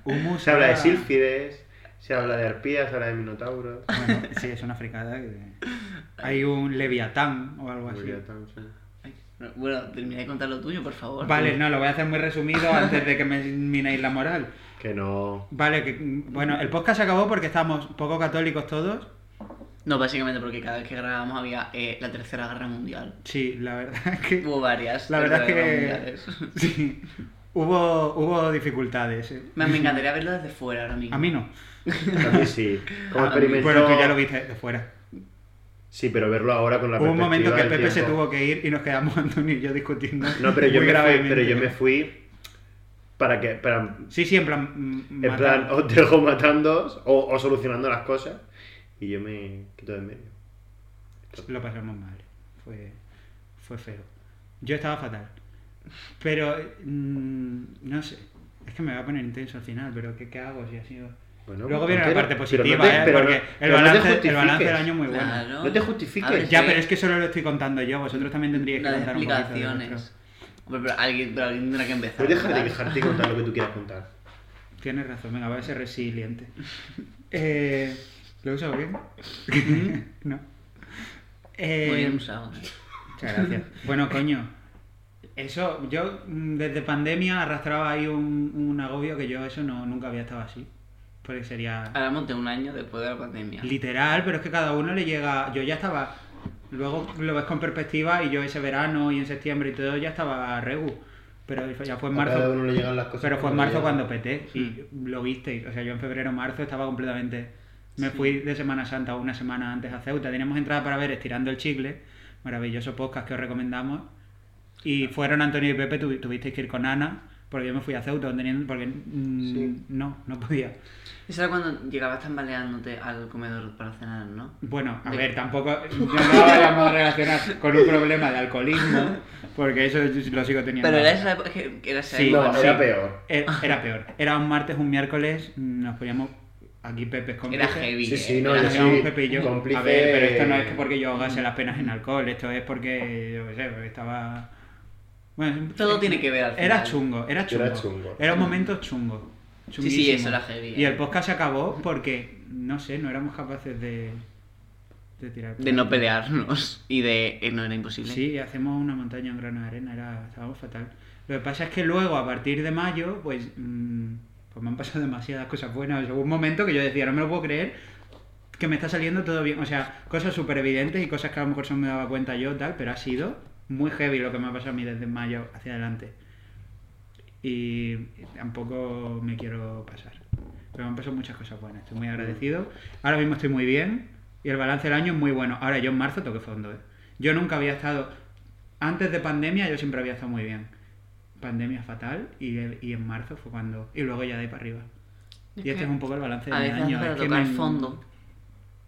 A: Humus
C: Se habla de
A: era-
C: sílfides, se habla de arpías, se habla de minotauros.
A: Bueno,
C: [LAUGHS]
A: sí, es una fricada. que- Hay un leviatán o algo así.
C: Leviatán, sí.
B: Ay, no, Bueno, termina de contar lo tuyo, por favor.
A: Vale, no, lo voy a hacer muy resumido antes de que me minéis la moral.
C: Que no.
A: Vale, que, bueno, el podcast se acabó porque estábamos poco católicos todos.
B: No, básicamente porque cada vez que grabamos había eh, la Tercera Guerra Mundial.
A: Sí, la verdad es que...
B: Hubo varias.
A: La verdad
B: Tercera Guerra
A: es
B: Mundiales.
A: que... Sí, hubo, hubo dificultades. eh.
B: [LAUGHS] Me, me encantaría verlo desde fuera ahora mismo.
A: A mí no.
C: A
A: [LAUGHS]
C: mí sí. Como
B: A mí-
C: experimento.
A: Ah, Bueno, tú ya lo viste de fuera.
C: Sí, pero verlo ahora con la
A: Hubo un momento que
C: perspectiva
A: Pepe
C: del
A: se
C: tiempo.
A: tuvo que ir y nos quedamos [LAUGHS] Antonio y yo discutiendo.
C: No, pero
A: muy
C: yo, me fui,
A: gravemente.
C: pero yo me fui para que. Para,
A: Sí, sí, en plan. mm,
C: en
A: matar.
C: plan,
B: oh,
C: os dejo matando o, o solucionando las cosas. Y yo me quito de en medio.
A: Lo pasamos mal. Fue, fue feo. Yo estaba fatal. Pero. mm, no sé. Es que me va a poner intenso al final, pero ¿qué, qué hago si ha sido.?
C: Bueno, pues
A: Luego viene la
C: pero-
A: parte
C: pero no
A: positiva,
C: te-
A: ¿eh?
C: pero no-
A: Porque el,
C: pero no te
A: balance, el
C: justifiques.
A: balance del año es muy bueno.
B: Claro.
C: No te justifiques.
B: A ver,
A: Ya,
B: sí.
A: pero es que solo lo estoy contando yo. Vosotros también tendríais que
B: Las
A: contar un poquito de
B: explicaciones.
A: vuestro-
B: Hombre, pero alguien, pero alguien tendrá que empezar.
C: Pero deja de
B: ¿verdad?
C: quejarte y contar lo que tú quieras contar.
A: Tienes razón, venga, voy a ser
B: [LAUGHS]
A: resiliente. Eh, ¿Lo he usado bien? [LAUGHS] no. Eh,
B: Mm. Muy bien usado. ¿eh?
A: Muchas gracias. Bueno, coño. Eso, yo mm, desde pandemia arrastraba ahí un, un agobio que yo eso no, nunca había estado así. Porque sería
E: Ah,
B: Hablamos de un año después de la pandemia.
A: literal, pero es que cada uno le llega... Yo ya estaba... Luego lo ves con perspectiva y yo ese verano y en septiembre y todo ya estaba regu. Pero ya fue en
C: A cada
A: marzo.
C: uno le llegan las cosas.
A: Pero fue en
C: como le
A: marzo
C: llegan.
A: cuando peté y lo visteis. O sea, yo en febrero, marzo estaba completamente. Me fui de Semana Santa una semana antes a Ceuta. Teníamos entrada para ver Estirando el Chicle, maravilloso podcast que os recomendamos. Y fueron Antonio y Pepe, tuvi- tuvisteis que ir con Ana, porque yo me fui a Ceuta, donde ni- porque mm,
C: Sí.
A: no, no podía.
B: Eso era cuando llegabas tambaleándote al comedor para cenar, ¿no?
A: Bueno, a
B: De-
A: ver, tampoco yo no lo vayamos a relacionar con un problema de alcoholismo, porque eso lo sigo teniendo. Eh,
B: Pero era esa época. que- que Era esa
A: Sí,
B: época,
C: No,
A: sí.
C: era peor.
A: Era, era peor. Era un martes, un miércoles, nos poníamos Aquí Pepe es cómplice.
E: Era heavy.
F: Sí,
E: eh.
F: sí, no, yo
A: Nos
E: Era-
A: llevamos
F: sí,
A: Pepe y yo.
F: cómplice-
A: A ver, pero esto no es que porque yo ahogase las penas en alcohol, esto es porque, yo qué sé, porque estaba... Bueno,
E: Todo
A: eh,
E: tiene que ver al final.
A: Era chungo, era chungo. Era
F: chungo.
A: un momento chungo.
E: Sí, sí,
A: chunguísimo.
E: eso era heavy,
A: Y
E: eh.
A: el podcast se acabó porque, no sé, no éramos capaces de, de tirar.
E: De no pelearnos y de eh, no era imposible.
A: Sí, hacemos una montaña en grano de arena, era, estábamos fatal. Lo que pasa es que luego, a partir de mayo, pues, mm, pues me han pasado [LAUGHS] demasiadas cosas buenas. O sea, hubo un momento que yo decía, no me lo puedo creer, que me está saliendo todo bien. O sea, cosas súper evidentes y cosas que a lo mejor no me daba cuenta yo, tal, pero ha sido muy heavy lo que me ha pasado a mí desde mayo hacia adelante. Y tampoco me quiero pasar. Pero me han pasado muchas cosas buenas, estoy muy agradecido. Ahora mismo estoy muy bien y el balance del año es muy bueno. Ahora yo en marzo toqué fondo, ¿eh? Yo nunca había estado... Antes de pandemia yo siempre había estado muy bien. Pandemia fatal y, y en marzo fue cuando... Y luego ya de ahí para arriba.
E: Es
A: Y este
E: que
A: es un poco el balance
E: A
A: del
E: veces
A: año.
E: para
A: es que
E: tocar
A: me-
E: fondo.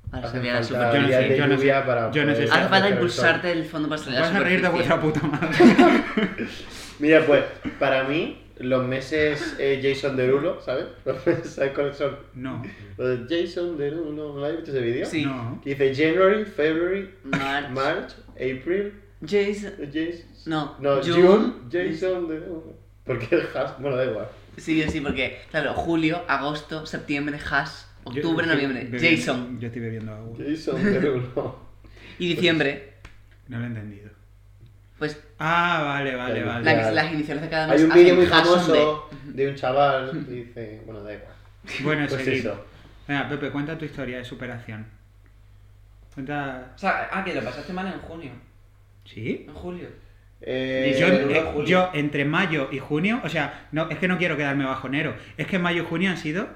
E: Para
F: Hacen
E: salir a la
F: falta
A: Yo no
E: superficie.
A: sé,
F: días de
A: yo no
F: lluvia
A: sé.
F: para
A: Yo no sé
F: poder
A: si-
E: Hace falta
F: hacer el sol.
E: impulsarte el fondo para salir a la
A: Vas a reír de
E: superficie.
A: vuestra puta
E: [LAUGHS]
A: madre.
F: Mira, pues,
C: Para mí, los meses eh, Jason Derulo, ¿sabes? Los meses, ¿sabes cuáles son?
A: no.
C: Los de Jason Derulo, ¿no has visto ese vídeo?
E: Sí.
A: No.
C: Que dice January, February,
E: March.
C: March, April, eh,
E: Jason.
C: Jason...
E: No.
C: No,
E: June.
C: June, Jason Derulo. Porque el hash, bueno, da igual.
E: Sí, sí, porque, claro, julio, agosto, septiembre, has, octubre,
A: Yo-
E: noviembre,
A: bebiendo-
E: Jason.
A: Yo estoy bebiendo agua.
C: Jason Derulo.
E: Y diciembre,
A: No lo he entendido.
E: pues
A: Ah, vale, vale,
C: Claro.
A: vale.
E: la-
C: ya.
E: las iniciales de cada mes
C: Hay un
E: hacen
C: vídeo muy
E: has on
C: famoso de un chaval que dice, bueno, da igual.
A: Bueno,
C: [LAUGHS] Pues
A: seguid.
C: eso.
A: Venga, Pepe, cuenta tu historia de superación. Cuenta...
B: O sea, ah, que lo pasaste mal en junio,
A: ¿Sí?
B: en julio.
C: Eh,
A: yo,
B: Derulo,
A: eh,
B: Julio.
A: yo entre mayo y junio, o sea, no, es que no quiero quedarme bajonero, es que mayo y junio han sido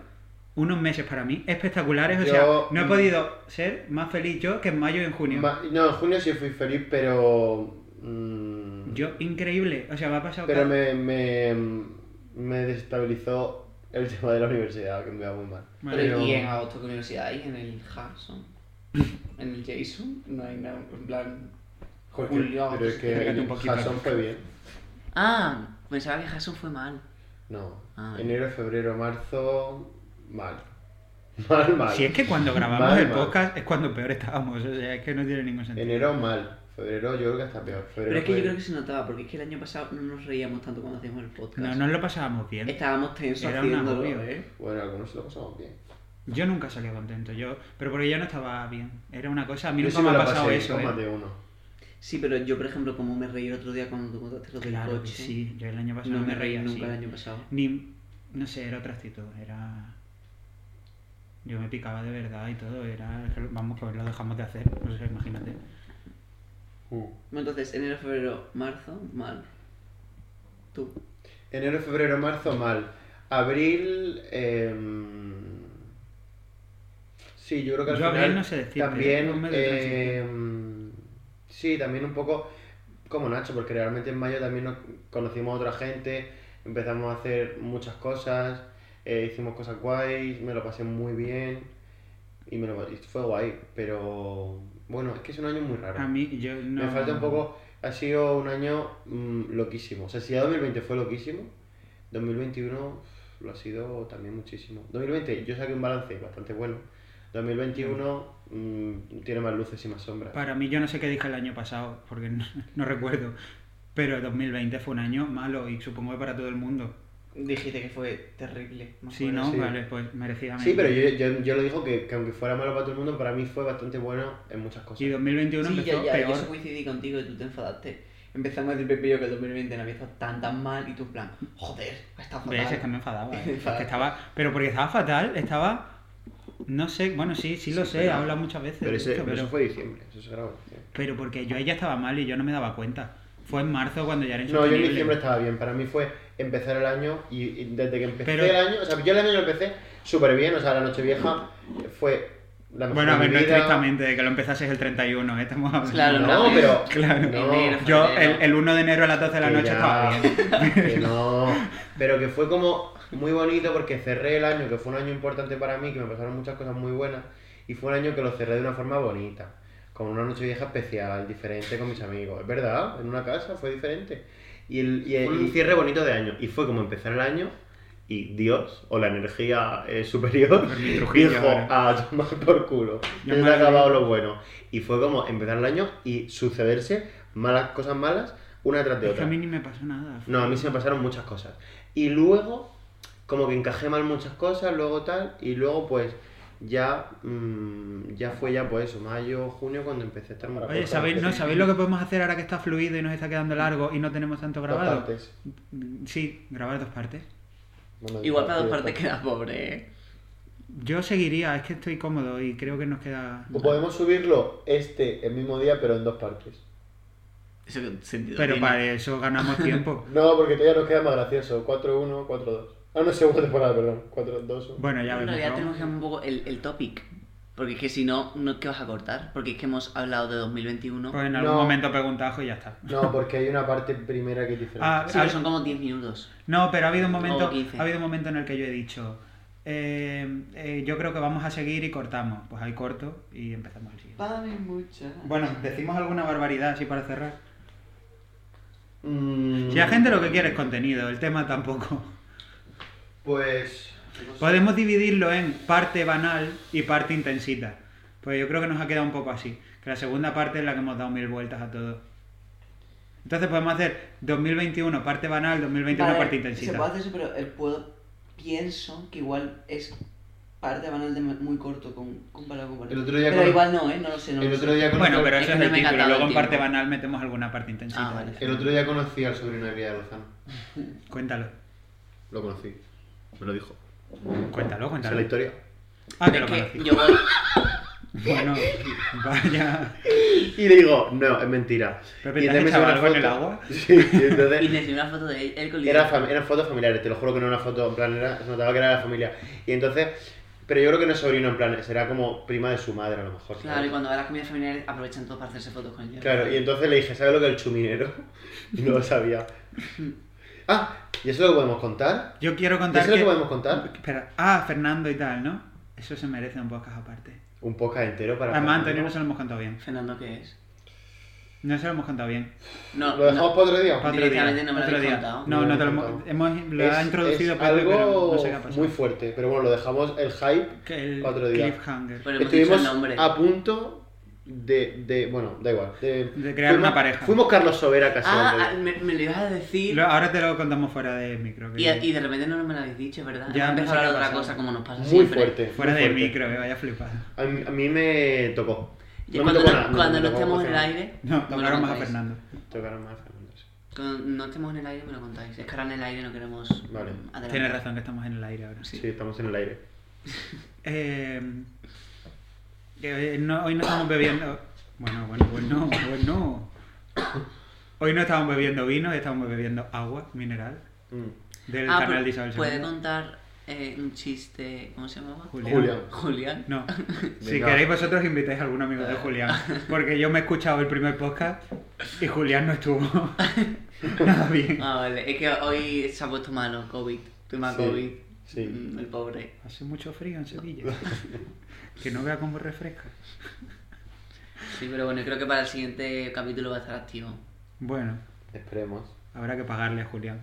A: unos meses para mí espectaculares, o
C: Yo- mm.
A: sea, no he podido ser más feliz yo que en mayo y en junio.
C: ma- no, en junio sí fui feliz, pero... mm,
A: Yo, increíble, o sea, me ha pasado...
C: Pero
A: cada-
C: me, me, me desestabilizó el tema de la universidad, que me va muy mal.
A: Vale,
B: Pero,
A: yo-
B: y en agosto, ¿qué universidad hay? En el Hudson. en el Jason. No hay nada, en plan.
C: Joder,
B: Julio, agosto,
C: pero es que
A: Pégate un poquito.
C: Jason fue bien.
E: Ah, pensaba que Jason fue mal.
C: No.
E: Ah.
C: Enero, febrero, marzo, mal. [LAUGHS] Mal, mal.
A: Si es que cuando grabamos
C: Vale,
A: el
C: vale.
A: podcast es cuando peor estábamos, o sea, es que no tiene ningún sentido.
C: Enero mal. Febrero yo creo que está peor. Febrero
B: Pero es que yo
C: fue-
B: creo que se notaba, porque es que el año pasado no nos reíamos tanto cuando hacíamos el podcast.
A: No, nos lo pasábamos bien.
B: Estábamos tensos
A: Era un
B: haciéndolo,
A: agobio.
B: ¿eh?
C: Bueno, algunos se lo pasamos bien.
A: Yo nunca salía contento, yo, pero porque yo no estaba bien. Era una cosa, a mí
C: Yo
A: nunca
C: sí
A: me ha
C: la
A: pasado
C: pasé
A: eso.
C: con
A: ¿eh?
C: más de uno.
B: Sí, pero yo, por ejemplo, como me reí el otro día cuando tú contaste lo del
A: Claro que
B: coche.
A: sí, yo el año pasado
B: No
A: me
B: me reí
A: reía
B: nunca el
A: así.
B: año pasado.
A: Ni, no sé, era otra actitud, era... Yo me picaba de verdad y todo, era... Vamos, que lo dejamos de hacer, no sé, imagínate. Uh.
B: Bueno, entonces, enero, febrero, marzo, mal. Tú.
C: Enero, febrero, marzo, mal. Abril. em, Sí, yo creo que al
A: Yo
C: final.
A: abril no sé decirte,
C: También.
A: no me doy transición.
C: em, Sí, también un poco como Nacho, porque realmente en mayo también nos conocimos a otra gente, empezamos a hacer muchas cosas, eh, hicimos cosas guays, me lo pasé muy bien y, me lo, y fue guay, pero bueno, es que es un año muy raro.
A: A mí, yo no...
C: Me falta un poco. Ha sido un año mm, loquísimo. O sea, si ya 2020 fue loquísimo, 2021 lo ha sido también muchísimo. 2020 yo saqué un balance bastante bueno. 2021 mm, tiene más luces y más sombras.
A: Para mí, yo no sé qué dije el año pasado, porque no, no recuerdo. Pero 2020 fue un año malo y supongo que para todo el mundo.
B: Dijiste que fue terrible. me
A: Sí,
B: acuerdo.
A: ¿no?
C: sí.
A: Vale, pues merecidamente.
C: Sí, pero yo, yo, yo lo digo que, que aunque fuera malo para todo el mundo, para mí fue bastante bueno en muchas
A: Y
C: cosas.
A: 2021
B: Sí,
A: empezó
B: ya, ya, yo
A: peor.
B: eso coincidí contigo y tú te enfadaste. Empezamos a decir Pepe y yo que el 2020 no había estado tan tan mal y tú en plan, joder, ha estado fatal.
A: ¿Ves? Es que me enfadaba. ¿eh? Es
B: Enfadado.
A: que estaba... Pero porque estaba fatal, estaba... No sé, bueno, sí, sí lo
C: Sí,
A: sé,
C: pero-
A: he hablado muchas veces.
C: Pero,
A: de
C: ese,
A: esto,
C: pero eso
A: pero-
C: fue diciembre, eso se grabó. en diciembre.
A: Pero porque yo ahí ya estaba mal y yo no me daba cuenta. Fue en marzo cuando ya era
C: No, yo en
A: insostenible.
C: diciembre estaba bien. Para mí fue empezar el año y, y desde que empecé
A: Pero-
C: el año, o sea, yo el año lo empecé súper bien. O sea, la Nochevieja fue la mejor
A: Bueno, a
C: de
A: ver,
C: mi
A: no
C: vida.
A: estrictamente de que lo empezases el 31, ¿eh? estamos hablando.
E: Claro,
C: No, pero.
A: Claro.
C: No,
E: Enero,
A: Yo
E: febrero.
A: el, el 1 de enero a las 12 de la
C: que
A: noche
C: ya-
A: estaba bien.
C: que no. Pero que fue como muy bonito porque cerré el año, que fue un año importante para mí, que me pasaron muchas cosas muy buenas. Y fue un año que lo cerré de una forma bonita. Con una noche vieja especial, diferente con mis amigos. Es verdad, en una casa fue diferente. Y, el, y,
B: Fue
C: y
B: un-
C: un cierre bonito de año. Y fue como empezar el año y Dios o la energía eh, superior
A: Fermín Trujillo,
C: dijo
A: ahora.
C: [LAUGHS] a tomar por culo.
A: Ya
C: Ya se
A: me
C: ha acabado
A: alegro.
C: lo bueno. Y fue como empezar el año y sucederse malas cosas malas una tras de
A: Es que a
C: otra.
A: mí ni me pasó nada.
C: No, a mí se me pasaron muchas cosas. Y luego, como que encajé mal muchas cosas, luego tal, y luego pues ya, mm, ya fue ya pues eso, mayo, junio, cuando empecé a estar mal.
A: Oye, ¿sabéis, no, ¿sabéis lo que podemos hacer ahora que está fluido y nos está quedando largo y no tenemos tanto grabado? Mm,
D: partes.
A: Sí, grabar dos partes.
D: Bueno,
E: Igual para dos
D: directo.
E: partes queda pobre, ¿eh?
A: Yo seguiría, es que estoy cómodo y creo que nos queda...
D: O
C: Pues
D: Pues podemos subirlo este el mismo día, pero en dos partes.
E: Eso que sentido
A: Pero
E: tiene.
A: para eso
E: [LAUGHS]
A: ganamos tiempo.
D: No, porque todavía nos queda más gracioso. 4-1, 4-2. Ah, no, segunda temporada, perdón.
A: [LAUGHS]
D: 4-2.
A: Bueno, ya
E: En
A: vemos.
E: realidad
A: ¿no?
E: tenemos que cambiar un poco el, el topic. Porque es que si no, no es que vas a cortar. Porque es que hemos hablado de 2021.
A: Pues en algún
D: No.
A: momento preguntajo y ya está.
D: No, porque hay una parte primera que es diferente.
A: Ah,
E: Sí,
A: ha-
E: pero son como 10 minutos.
A: No, pero ha habido un momento,
E: O 15.
A: ha habido un momento en el que yo he dicho, eh, eh, yo creo que vamos a seguir y cortamos. Pues ahí corto y empezamos el siguiente.
B: Para mí mucha.
A: Bueno, decimos alguna barbaridad así para cerrar.
D: Mm,
A: Si la gente lo que quiere es contenido, el tema tampoco.
D: Pues. no sé.
A: Podemos dividirlo en parte banal y parte intensita. Pues yo creo que nos ha quedado un poco así. Que la segunda parte es la que hemos dado mil vueltas a todo. Entonces podemos hacer 2021 parte banal, 2021
B: Vale,
A: parte
B: Se puede
A: intensita.
B: hacer eso, pero el puedo, pienso que igual es parte banal de muy corto con, comparado con
D: El otro día
B: Pero
D: con-
B: igual no, ¿eh? No lo sé. No
D: El
B: lo
D: otro
B: sé.
D: día conocí,
A: Bueno, pero
E: Es
A: eso
E: que
A: es
E: no
A: el
E: me he
A: título.
E: encantado
A: Luego
E: el
A: en parte
E: tiempo.
A: banal metemos alguna parte intensita.
E: Ah, vale.
D: el otro día conocí al sobrino de Elías Lozano.
A: Cuéntalo.
C: Lo conocí, me lo dijo.
A: Cuéntalo,
C: Esa es la
A: cuéntalo.
C: historia.
A: Ah, que lo
E: Es que
A: conocí.
E: yo
A: [LAUGHS] Bueno, vaya.
C: Y le digo, no, es mentira.
A: Pepe,
C: y
A: ¿te has
C: entonces me
A: echado
C: sube una
A: algo en
C: foto.
A: el agua?
C: [LAUGHS] Sí, y entonces...
E: y les di una foto de él, él con
C: Era
E: Lidia.
C: fam- eran fotos familiares, te lo juro que no era una foto, en plan, era, se notaba que era de la familia. Y entonces, pero yo creo que no es sobrino, en plan, será como prima de su madre a lo mejor. ¿sabes?
E: Claro, y cuando va a las comidas familiares aprovechan todos para hacerse fotos con ella.
C: Claro, y entonces le dije, ¿sabes lo que es el chuminero? [LAUGHS] Y no lo
E: [LAUGHS]
C: sabía. Ah, ¿y eso lo podemos contar?
A: Yo quiero
C: ¿Y
A: contar
C: eso lo
A: que...
C: podemos contar?
A: Espera. Ah, Fernando y tal, ¿no? Eso se merece un podcast aparte.
C: Un podcast entero para...
A: Además, Antonio no
C: Fernando.
A: se lo hemos contado bien.
E: Fernando, ¿qué es?
A: No se lo hemos contado bien.
E: No,
D: ¿Lo dejamos
E: no.
D: para otro día?
A: Para otro día.
E: Directamente no me lo
A: otro
E: habéis
A: día.
E: contado.
A: No,
D: No
A: no
D: me
A: te lo
D: lo he
A: hemos.
D: contado.
A: hemos- lo ha
D: Es-
A: introducido
D: es
A: Pepe,
D: algo
A: pero no sé qué ha pasado.
C: Muy fuerte, pero bueno, lo dejamos el hype.
A: Que el
C: para otro día.
A: cliffhanger.
E: Pero hemos dicho el
C: Estuvimos
E: nombre.
C: a punto de, de- Bueno, da igual. De,
A: De crear
C: fuimos-
A: una pareja.
C: Fuimos Carlos Sobera casi.
E: Ah,
C: antes
E: ah,
C: de-
E: me, me lo ibas a decir.
A: Lo- ahora te lo contamos fuera de micro. que-
E: Y, y de repente no me lo habéis dicho, ¿verdad?
A: Ya,
E: Ya
A: no sé
E: empezó a hablar
A: qué
E: de
A: ha
E: otra
A: pasado.
E: cosa como nos pasa
C: Muy
E: siempre.
C: fuerte. muy
A: fuera de
C: fuerte.
A: micro, que vaya flipado.
C: A mí, a mí me tocó.
E: Y
C: No me
E: cuando
C: tocó
E: no,
C: nada, no,
E: cuando
C: me
E: no
C: tocó
E: estemos en el
C: emocional.
E: aire.
A: No,
E: me lo
A: tocaron más a
E: contáis.
A: Fernando.
C: Tocaron más Fernando, sí.
E: Cuando no estemos en el aire, me lo contáis. Es que ahora en el aire no queremos.
C: Vale.
E: mm, adelantar.
A: Tienes razón que estamos en el aire ahora.
C: Sí, estamos en el aire.
A: Eh, que hoy eh, no- hoy no estamos bebiendo. Bueno, bueno, bueno, bueno. Hoy no estamos bebiendo vino, estamos bebiendo agua mineral
C: Mm.
A: del
E: Ah,
A: canal
E: pero
A: de Isabel
E: ¿Puede
A: II.
E: contar eh, un chiste. ¿Cómo se llamaba?
A: Julián.
C: Julián.
E: Julián. [LAUGHS]
A: No. Si
C: Venga.
A: queréis vosotros invitáis a algún amigo de Julián. Porque yo me he escuchado el primer podcast y Julián no estuvo
E: [LAUGHS]
A: nada bien.
E: Ah, vale. Es que hoy se ha puesto malo, COVID. Tema
C: Sí,
E: COVID.
C: sí.
E: Mm, El pobre.
A: Hace mucho frío en Sevilla. Que no vea cómo refresca.
E: Sí, pero bueno, yo creo que para el siguiente capítulo va a estar activo.
A: Bueno,
D: Esperemos.
A: habrá que pagarle a Julián.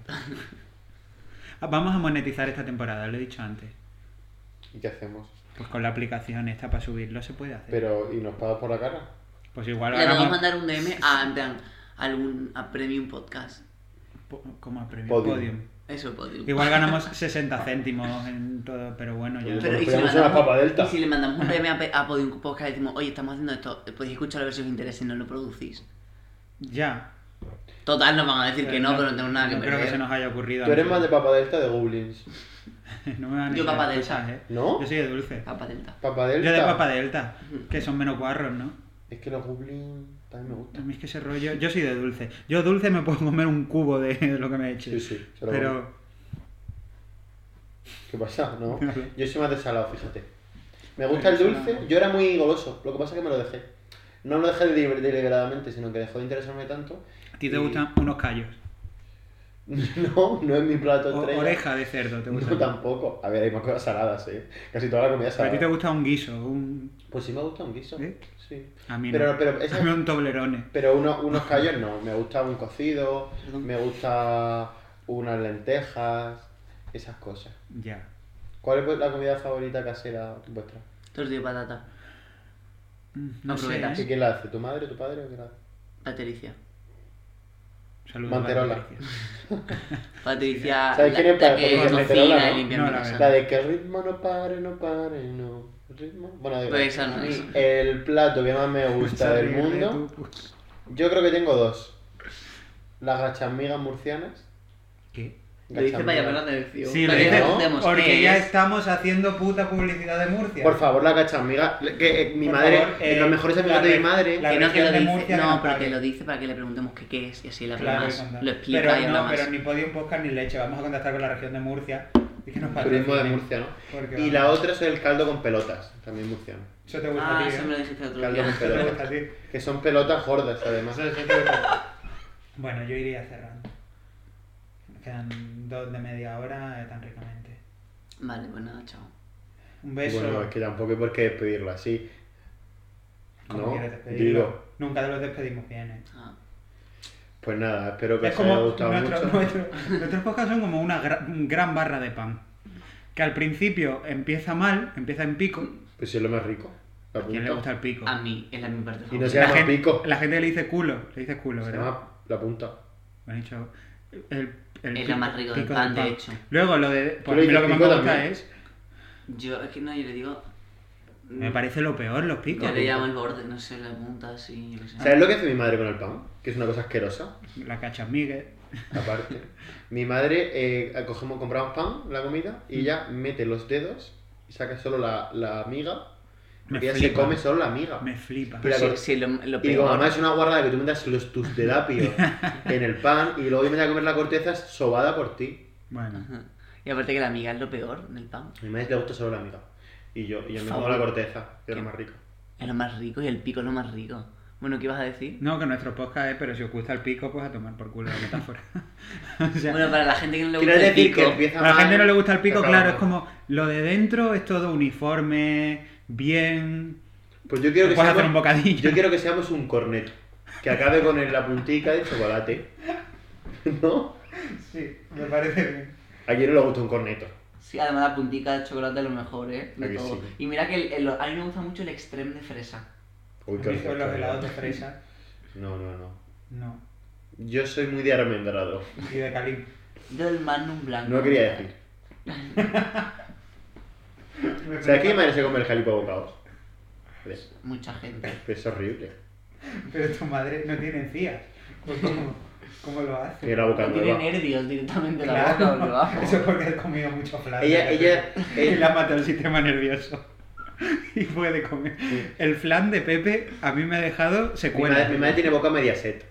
A: Ah, Vamos a monetizar esta temporada, lo he dicho antes.
D: ¿Y qué hacemos?
A: Pues con la aplicación esta para subirlo se puede hacer.
D: Pero, ¿y nos pagas por la cara?
A: pues igual
E: Le vamos a
A: ganamos
E: mandar un DM a, en plan, algún, a Premium Podcast.
A: po- como a premio
D: Podium.
A: podium.
E: Eso, Podium.
A: Igual ganamos 60 céntimos en todo, pero bueno, ya.
D: Pero-
E: ¿y
D: Nos pegamos una papa delta.
E: y si le mandamos un DM a, Pe- a Podium Podcast y decimos, oye, estamos haciendo esto, podéis escucharlo a ver si os interesa y no lo producís.
A: Ya.
E: Total, nos van a decir que no, pero no tenemos nada que
A: Eh, no
E: perder.
A: creo que se nos haya ocurrido.
D: Tú eres
A: antes.
D: más de Papa Delta de Goblins.
A: [LAUGHS] No me van a
E: Yo
A: echar
E: papa
A: excusas,
E: delta.
A: ¿eh?
D: ¿No?
A: Yo soy de dulce.
E: Papa Delta.
D: Papa
A: Yo
D: Delta.
A: de papa delta, que son menos guarros, ¿no?
D: Es que los Goblins también me
A: A
D: gustan.
A: mí es que ese rollo... Yo soy de dulce. Yo dulce me puedo comer un cubo de [LAUGHS] lo que me eche.
D: Sí, sí, se lo
A: Pero...
D: ¿Qué pasa? ¿No?
A: [LAUGHS] Vale.
D: Yo soy más de salado, fíjate. Me gusta
A: Pero
D: el dulce.
A: salado.
D: Yo era muy goloso. Lo que pasa es que me lo dejé. No lo dejé deliber- deliberadamente, sino que dejó de interesarme tanto. [LAUGHS]
A: ¿A ti te
D: Y-
A: gustan unos callos?
D: No, no es mi plato
A: O-
D: estrella.
A: oreja de cerdo, ¿te
D: No,
A: gustan?
D: tampoco. A ver, hay más cosas saladas, ¿eh? Casi toda la comida es
A: ¿A ti te
D: salada.
A: gusta un guiso? Un...
D: Pues sí me gusta un guiso.
A: ¿Eh?
D: Sí.
A: A mí
D: Pero-
A: no.
D: pero ese-
A: A mí un toblerone.
D: Pero uno- unos callos no, me gusta un cocido,
B: Perdón.
D: me gusta unas lentejas,
C: esas cosas.
A: Ya.
C: ¿Cuál es pues, la comida favorita casera vuestra?
E: Tortilla de patata.
A: No sé,
E: Aprovecha.
A: ¿eh?
C: ¿Qué, ¿Quién la hace? ¿Tu madre, tu padre o quién la hace?
E: Patricia.
A: Saludos,
C: Manterola.
A: Patricia.
E: Patricia.
C: ¿Sabes
E: la-
C: quién es
E: la
C: Pa-
E: que
C: Patricia Manterola,
E: cocina
C: no?
E: y limpia
A: No,
E: mi
A: la
E: casa.
C: La de que el ritmo no pare, no pare, no. El ritmo. Bueno, da igual.
E: Pues esa no es.
C: El plato que más me
A: Pues [LAUGHS]
C: gusta del
A: Salir de
C: mundo.
A: tu-
C: Yo creo que tengo dos. Las gachamigas murcianas.
A: ¿Qué?
G: Lo dice para
C: Gachamigas.
G: llamar la atención.
A: Sí, lo
G: para que
A: dice,
G: entendemos
A: Porque
E: ¿eh?
G: qué
A: ya
G: es.
A: estamos haciendo puta publicidad de Murcia.
C: Por favor, las gachamigas. Que, eh, mi
A: Por
C: madre,
A: favor,
C: eh,
A: eh,
C: los mejores amigos
A: la
C: de mi
A: re-
C: madre.
A: la
E: que no, que
A: región
E: lo
A: de
E: dice,
A: Murcia que
E: no,
A: nos
E: pero que
A: pague.
E: lo dice para que le preguntemos qué, qué es y así le habla
A: Claro,
E: más.
A: contar.
E: Lo explica
A: pero
E: y habla
A: no,
E: más.
A: pero ni podium podcast ni leche. Vamos a contactar con la región de Murcia. Es que nos
C: Turismo de
A: patrocinen,
C: Murcia, ¿no?
A: porque
C: Y
A: vamos,
C: la otra es el caldo con pelotas, también murciano.
A: Eso te gusta
E: Ah,
A: a ti.
E: eso
A: ¿eh?
E: me lo dijiste otro
C: Caldo con
E: día.
A: Eso te [LAUGHS]
C: pelotas.
A: gusta a ti.
C: Que son pelotas gordas, además.
A: Bueno, yo iría cerrando. Nos Quedan dos de media hora eh, tan ricamente.
E: Vale, pues nada, chao.
A: Un beso.
C: Bueno, es que tampoco hay por qué despedirlo así.
A: Como
C: no,
A: quieras despedirlo.
C: digo.
A: Nunca te los despedimos bien. eh.
E: Ah.
C: Pues nada, espero que
A: Es
C: os haya
A: como
C: gustado
A: nuestro-
C: mucho.
A: nuestro- nuestros podcasts son como una gra- gran barra de pan. Que al principio empieza mal, empieza en pico.
C: Pues si es lo más rico. la
A: ¿A quién le
C: punta.
A: gusta el pico?
E: A mí, es la mi parte
C: Y no
E: favorita.
C: se llama
A: gente,
C: pico,
A: la gente le dice culo, le dice culo,
C: se
A: ¿verdad?
C: llama la punta.
A: Me han dicho. El, el
E: Es
A: pico-
E: la más rica del
A: pico
E: pan, de hecho.
A: Luego, lo de. Pues,
C: le
A: a mí lo que
C: dices
A: más me
C: pico
A: gusta
C: también.
A: es.
E: Yo, es que no, yo le digo. mm,
A: Me parece lo peor los picos.
E: Yo le llamo el borde, no sé, la punta así, yo qué sé.
C: ¿Sabes lo que hace mi madre con el pan? Que es una cosa asquerosa,
A: La cachamigue. [LAUGHS]
C: aparte. mi madre, eh, cogemos, compramos pan, la comida,
A: Mm.
C: y ella mete los dedos y saca solo la, la miga.
A: Me
C: y ella se
A: flipa.
C: come solo la miga.
A: Me flipa.
C: Pero
E: Sí,
C: con-
E: sí, lo, lo
C: Y digo,
E: peor.
C: mamá, es una guardada que tú metas los, tus dedapios
A: [LAUGHS]
C: [LAUGHS] en el pan y luego yo me voy a comer la corteza sobada por ti.
A: Bueno.
E: Ajá. Y aparte que la miga es lo peor del pan.
C: A mi madre le gusta solo la miga. Y yo, y yo me
E: Por
C: como
E: favor.
C: la corteza, que es lo
E: ¿Qué?
C: más rico.
E: Es lo más rico y el pico es lo más rico. Bueno, ¿qué ibas a decir?
A: No, que nuestro podcast es, pero si os gusta el pico, pues a tomar por culo la metáfora. [LAUGHS] o sea,
E: Bueno, para la gente que no le gusta
C: Quiero
E: el
C: decir
E: pico.
C: que empieza
A: a la
C: mal,
A: gente no le gusta el pico,
C: acaba
A: claro,
C: mal.
A: es como lo de dentro es todo uniforme, bien.
C: Pues yo quiero que
A: Puedes
C: seamos,
A: hacer un bocadillo.
C: Yo quiero que seamos un corneto. Que acabe con el- la puntica de chocolate. [LAUGHS] ¿No?
A: Sí, me parece bien.
C: A quién no le gusta un corneto.
G: Sí, además la puntica de chocolate es lo mejor, ¿eh?
C: ¿A
G: De
C: que
G: todo.
C: sí?
G: Y mira que el- el- a mí me gusta mucho el extreme de fresa.
C: Uy, qué
A: Con los
C: horror.
A: helados de fresa,
C: No, no, no.
A: no.
C: Yo soy muy de almendrado.
A: Y de
C: [LAUGHS]
A: calibre.
G: Yo del Magnum
E: Ah,
G: blanco.
C: No quería decir. ¿Sabes que mi madre se come el jalipo a bocados? Pues,
G: Mucha gente.
C: Es horrible.
A: Pero tu madre no tiene encías. Pues, ¿cómo, cómo lo hace?
C: Tiene la boca
G: No tiene
C: nueva.
G: nervios directamente la
A: Claro.
G: boca, ¿no? Vamos.
A: Eso es porque has comido mucho flan. [LAUGHS]
C: Ella, ella,
A: Y
C: ella-
A: la mata el sistema nervioso. [LAUGHS] Y puede comer. El flan de Pepe a mí me ha dejado
C: mi,
A: secuela.
C: madre, mi madre tiene boca media set.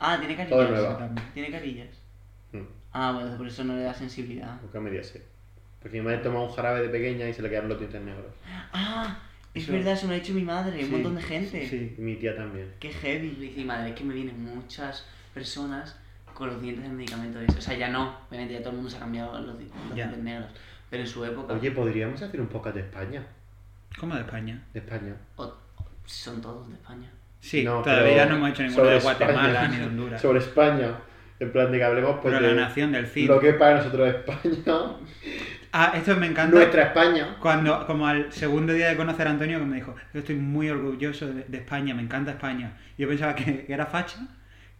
G: Ah, tiene
C: Todo
G: carillas.
C: nueva.
G: Tiene carillas.
C: Mm,
G: Ah, bueno, por eso no le da sensibilidad.
C: Boca media set. Porque mi madre toma un jarabe de pequeña y se le quedaron los dientes negros.
G: Ah, es
A: Eso-
G: verdad, eso me lo ha dicho mi madre,
A: Sí,
G: un montón de gente.
A: Sí.
C: Y mi tía también.
G: Qué
E: Y
G: heavy.
E: le dije, madre, es que me vienen muchas personas con los dientes del medicamento ese. O sea, ya no. Obviamente ya todo el mundo se ha cambiado los, di- los
A: Ya.
E: dientes negros. Pero en su época...
C: Oye, podríamos hacer un podcast de España.
A: ¿Cómo de España?
C: De España.
E: o- o- son todos de España.
A: Sí,
C: No,
A: todavía
C: pero
A: no hemos hecho ninguno
C: sobre
A: de Guatemala
C: España.
A: ni de Honduras.
C: Sobre España. En plan de que hablemos pues,
A: pero
C: de
A: la nación del CID.
C: lo que es para nosotros España.
A: Ah, esto me encanta.
C: Nuestra España.
A: Cuando, como al segundo día de conocer a Antonio, que me dijo, yo estoy muy orgulloso de, de España, me encanta España. Yo pensaba que era facha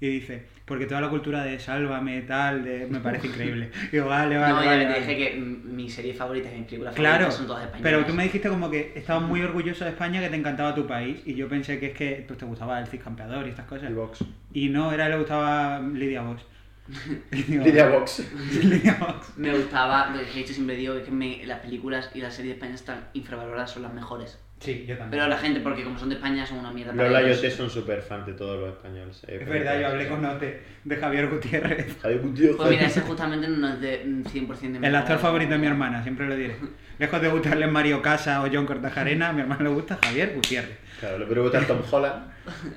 A: y dice, porque toda la cultura de sálvame, tal, de, me parece
C: [LAUGHS]
A: increíble. Y digo, vale, vale,
E: no, ya
A: vale,
E: te
A: vale".
E: dije que mm, mis series favoritas y mis películas
A: Claro,
E: favoritas son todas españolas.
A: pero tú me dijiste como que estabas muy orgulloso de España, que te encantaba tu país, y yo pensé que es que pues, te gustaba el Cid Campeador y estas cosas.
C: Y Vox.
A: Y no, era le gustaba Lidia
C: [LAUGHS]
A: Vox. Digo,
C: Lidia Vox.
A: [LAUGHS] Lidia Vox.
E: Me gustaba, lo que he dicho siempre digo, es que me- las películas y las series de España están infravaloradas, son las mejores.
A: Sí, yo también.
E: Pero la gente, porque como son de España, son una mierda. para
C: Lola y
E: ellos.
C: Ote son súper fan de todos los españoles. eh,
A: Es
C: porque-
A: verdad, yo hablé con Ote de Javier Gutiérrez.
C: Javier Gutiérrez.
E: Pues mira, ese justamente no es de mm, 100% de mi
A: El actor
E: agrado.
A: favorito de mi hermana, siempre lo diré. Lejos de gustarle Mario Casa o John Cortajarena, a mi hermana le gusta Javier Gutiérrez.
C: Claro, le puede gustar Tom Holland,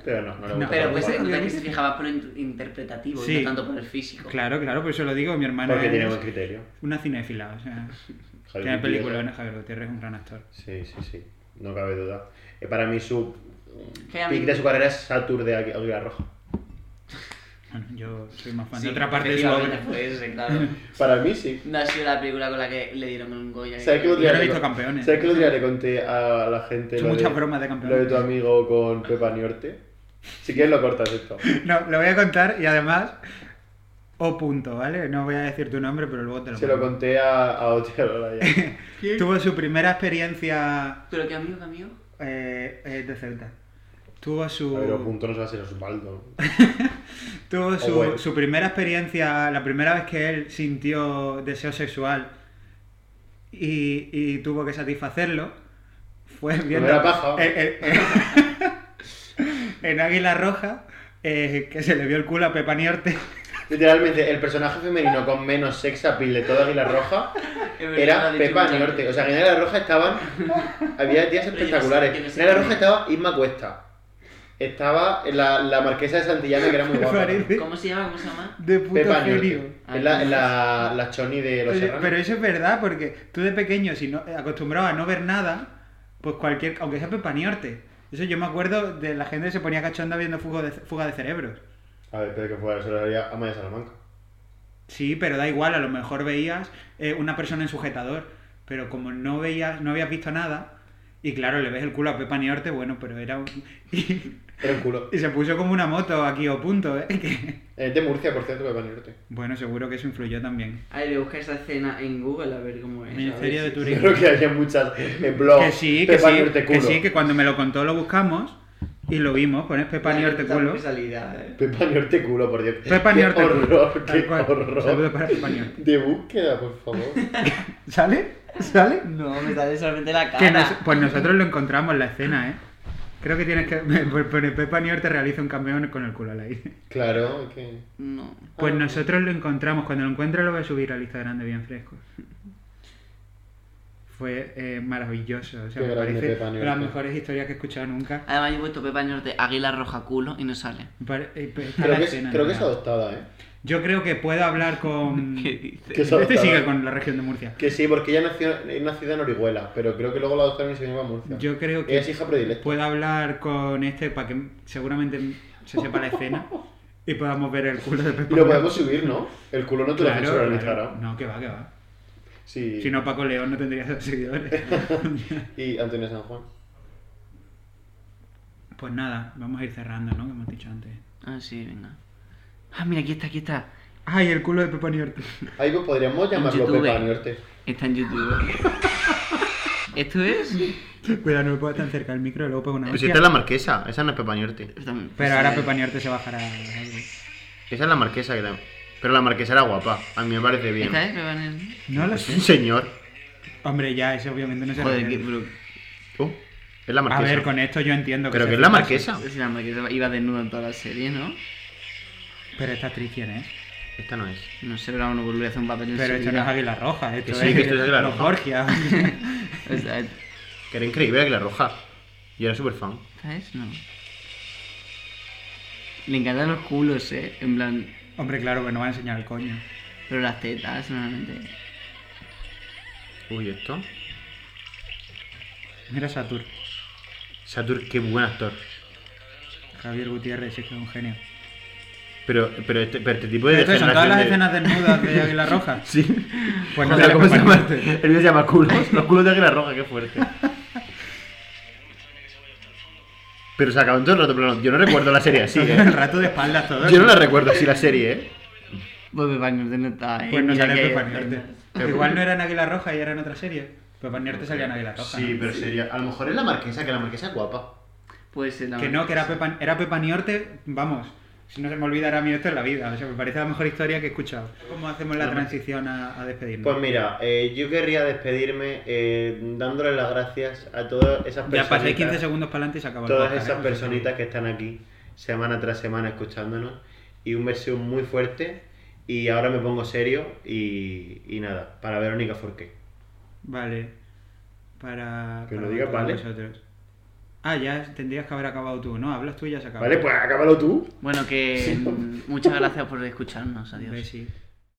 C: pero no, no le gusta.
A: No,
E: Pero
C: Tom
E: pues se
C: Holland,
E: nota que se fijaba por lo in- interpretativo
A: Sí.
E: y no tanto por el físico.
A: Claro, claro, por eso lo digo, mi hermana
C: Porque tiene
A: es
C: buen criterio.
A: una cinéfila, o sea,
C: Javier
A: tiene
C: Gutiérrez.
A: películas, Javier Gutiérrez es un gran actor.
C: Sí, sí, sí. No cabe duda. Eh, para mí su
E: Que a mí-
C: pick de su carrera es Satur de Águila Roja.
A: Bueno, yo soy más fan
H: Sí,
A: de otra parte de su
H: efectivamente,
A: obra.
H: fue ese, claro.
C: Para mí sí.
E: No ha sido la película con la que le dieron un Goya.
C: ¿Sabes qué
A: Yo no
C: día
A: he
C: le
A: visto
C: con-
A: campeones.
C: ¿Sabes que el otro día le conté a la gente
A: Son
C: lo de,
A: muchas bromas de
C: lo de tu
A: campeones.
C: amigo con Pepa Niorte? Si quieres lo cortas esto.
A: No, lo voy a contar y además. O punto, ¿vale? No voy a decir tu nombre, pero luego te lo
C: Se lo
A: pongo.
C: conté a, a Otia Lola
A: [LAUGHS]
C: ya.
A: Tuvo su primera experiencia
E: ¿Pero qué amigo, qué amigo?
A: eh, eh, de Ceuta. Tuvo su.
C: Pero punto no se va a ser Osvaldo.
A: Tuvo su,
C: bueno.
A: su primera experiencia, la primera vez que él sintió deseo sexual y, y tuvo que satisfacerlo, fue viendo
C: era paja.
A: en- en- [LAUGHS] en- en Águila Roja eh, que se le vio el culo a Pepa Niorte.
C: Literalmente, el personaje femenino con menos sex appeal de toda Águila Roja era Pepa Niorte. O sea, que en Águila Roja estaban. Había
A: pues,
C: días
E: Pero yo no sé
C: espectaculares.
E: quién es
C: En Águila
E: ese.
C: Roja estaba Isma Cuesta. Estaba la, la marquesa de Santillana, que
A: [LAUGHS]
C: era muy guapa.
A: Parece
E: ¿Cómo se llama? ¿Cómo se llama?
A: de puto
C: Pepa
A: genio.
C: Niorte. Es la, la, la Choni de los
A: Oye,
C: Serranos.
A: Pero eso es verdad, porque tú de pequeño, si no eh, acostumbrado a no ver nada, pues cualquier, aunque sea Pepa Niorte. Eso yo me acuerdo de la gente que se ponía cachonda viendo fuga de, fuga de cerebros.
C: A ver, pero que fuera, eso lo haría Amaya Salamanca.
A: Sí, pero da igual, a lo mejor veías eh, una persona en sujetador, pero como no veías, no habías visto nada, y claro, le ves el culo a Pepa Niorte, bueno, pero era un... [LAUGHS] y,
C: Era un culo.
A: se puso como una moto aquí o punto, ¿eh? [LAUGHS] que-
C: Es de Murcia, por cierto, Pepa Niorte.
A: Bueno, seguro que eso influyó también.
E: A ver, le busca esa escena en Google a ver cómo es.
A: Ministerio
E: a
A: de
E: ver si-
A: Turismo.
C: Creo que había muchas en blogs.
A: que sí, que
C: Pepa
A: sí,
C: Niorte
A: que
C: culo.
A: sí, que cuando me lo contó lo buscamos y lo vimos, pones Pepa Niorte culo.
H: Salida, eh.
C: Pepa Niorte culo, por Dios.
A: Pepa
C: Qué
A: Niorte culo.
C: horror,
A: tal
C: qué
A: cual.
C: horror.
A: Saludo para Pepa Niorte.
C: De búsqueda, por favor.
A: ¿Sale? ¿Sale?
H: No, me sale solamente la
A: Que
H: cara.
A: nos- pues nosotros lo encontramos la escena, ¿eh? Creo que tienes que... [LAUGHS] Pero Pepa Niorte realiza un campeón con el culo al aire.
C: Claro, es que.
E: No.
A: Pues
C: Ah.
A: nosotros lo encontramos. Cuando lo encuentre lo voy a subir al Instagram de Bien Fresco. Fue eh, maravilloso. O sea,
C: Qué
A: me
C: grande
A: parece
C: Pepa
A: de
C: Niorte.
A: las mejores historias que he escuchado nunca.
E: Además, yo he puesto Pepa Norte, Águila Roja Culo y no sale.
A: Me pare- eh, pues, está
C: Creo
A: la
C: que, es,
A: escena
C: creo que es
A: entera.
C: adoptada, ¿eh?
A: Yo creo que puedo hablar
C: [LAUGHS]
A: con...
E: ¿Qué dice?
C: Que es
A: Este
C: adoptada.
A: sigue con la región de Murcia.
C: Que sí, porque ella nació, es nacida en Orihuela, pero creo que luego la adoptaron y se vino a Murcia.
A: Yo creo que
C: Ella es hija predilecta.
A: puedo hablar con este para que seguramente se sepa la escena y podamos ver el culo de Pepa
C: Y lo
A: Niorte.
C: podemos subir, ¿no? El culo no te lo
A: Claro,
C: censuran en
A: claro.
C: Instagram.
A: No, que va, que va.
C: Sí.
A: Si no, Paco León no tendría esos seguidores. [LAUGHS]
C: Y Antonio San Juan.
A: pues nada, vamos a ir cerrando, ¿no? Que hemos dicho antes.
E: Ah, sí, venga. Ah, mira, aquí está, aquí está.
A: Ay, el culo de Pepa Niorte.
C: Ahí pues podríamos llamarlo
E: YouTube.
C: Pepa Norte.
E: Está en [LAUGHS] YouTube. ¿Esto es?
A: [LAUGHS] Cuidado, no me pongas tan cerca el micro, luego pego una
I: Pues si
A: hostia.
I: esta es la marquesa, esa no es Pepa Niorte.
E: pues
A: Pero ahora Pepa Niorte se bajará.
I: Esa es la marquesa que también. Pero la marquesa era guapa, a mí me parece bien.
E: ¿Esta es Pepa Norte?
A: No lo
I: Un
A: sé.
I: señor.
A: Hombre, ya, ese obviamente no se
E: Joder, qué
A: refiere.
E: bro.
I: Uh, es la
A: A
I: marquesa.
A: ver, con esto yo entiendo que.
I: Creo
A: se
I: que es la
A: hace
I: marquesa.
E: Es Pues la madre que iba desnuda en toda la serie, ¿no?
A: caso. Pero esta actriz quién es.
I: Esta no es.
E: No sé, pero uno volvió a hacer un papel en
A: Pero
E: su
A: esto no es
E: vida.
A: Águila Roja, esto
I: Que sí,
A: es.
I: que esto es Águila
A: Los
I: Roja.
A: Borgia.
E: O sea,
I: Que era increíble la roja. Yo era súper fan.
E: ¿Esta es? No. Le encantan los culos, ¿eh? En plan...
A: Hombre, claro que no va a enseñar el coño.
E: Pero las tetas, normalmente.
I: Uy, esto.
A: Mira Satur.
I: Satur, qué buen actor.
A: Javier Gutiérrez, sí que es un genio.
I: Pero, pero, este, pero este tipo de.
A: Pero esto, son todas
I: degeneración
A: las
I: de-
A: escenas desnudas de
I: [LAUGHS]
A: Águila Roja.
I: Sí.
A: Pues no
I: Pero
A: sé
I: ¿cómo se llama?
A: prepararte.
I: El vídeo se llama culos. Los culos de águila roja, qué fuerte. Pero se acabó en todo el rato, pero no, yo no recuerdo la serie así,
A: [LAUGHS] El
I: ¿eh?
A: rato de espaldas todo.
I: Yo no la recuerdo así la serie, ¿eh?
E: Pues Pepa Norte no está, ¿eh?
A: Pues no
E: Mira
A: sale
E: que-
A: Pepa Niorte.
I: Pero-
A: Igual no era en Águila Roja y era en otra serie. Pepa Niorte salía en Águila Roja. ¿no?
I: pero sería. A lo mejor es la marquesa, que la marquesa es guapa.
E: Puede ser Pues, eh, la
A: Que no, que era Pepa, era Pepa Niorte, vamos. Si no se me olvidará a mí esto en la vida. O sea, me parece la mejor historia que he escuchado. ¿Cómo hacemos la transición a, a despedirnos?
C: Pues mira, eh, yo querría despedirme eh, dándole las gracias a todas esas
A: ya
C: personas.
A: pasáis 15 segundos para adelante y se acabó el
C: todas
A: podcast,
C: esas
A: ¿eh?
C: personitas que están aquí semana tras semana escuchándonos y un beso muy fuerte y ahora me pongo serio y, y nada, para Verónica Forqué.
A: Vale. Para.
C: Que
A: para
C: lo digas,
A: todos
C: vale.
A: vosotros. Ah, ya tendrías que haber acabado tú, ¿no? Hablas
C: pues.
A: tú y ya se acaba.
C: Vale, pues acábalo tú.
A: [LAUGHS]
E: Bueno, que mm, muchas gracias por escucharnos. Adiós.
A: Pues sí.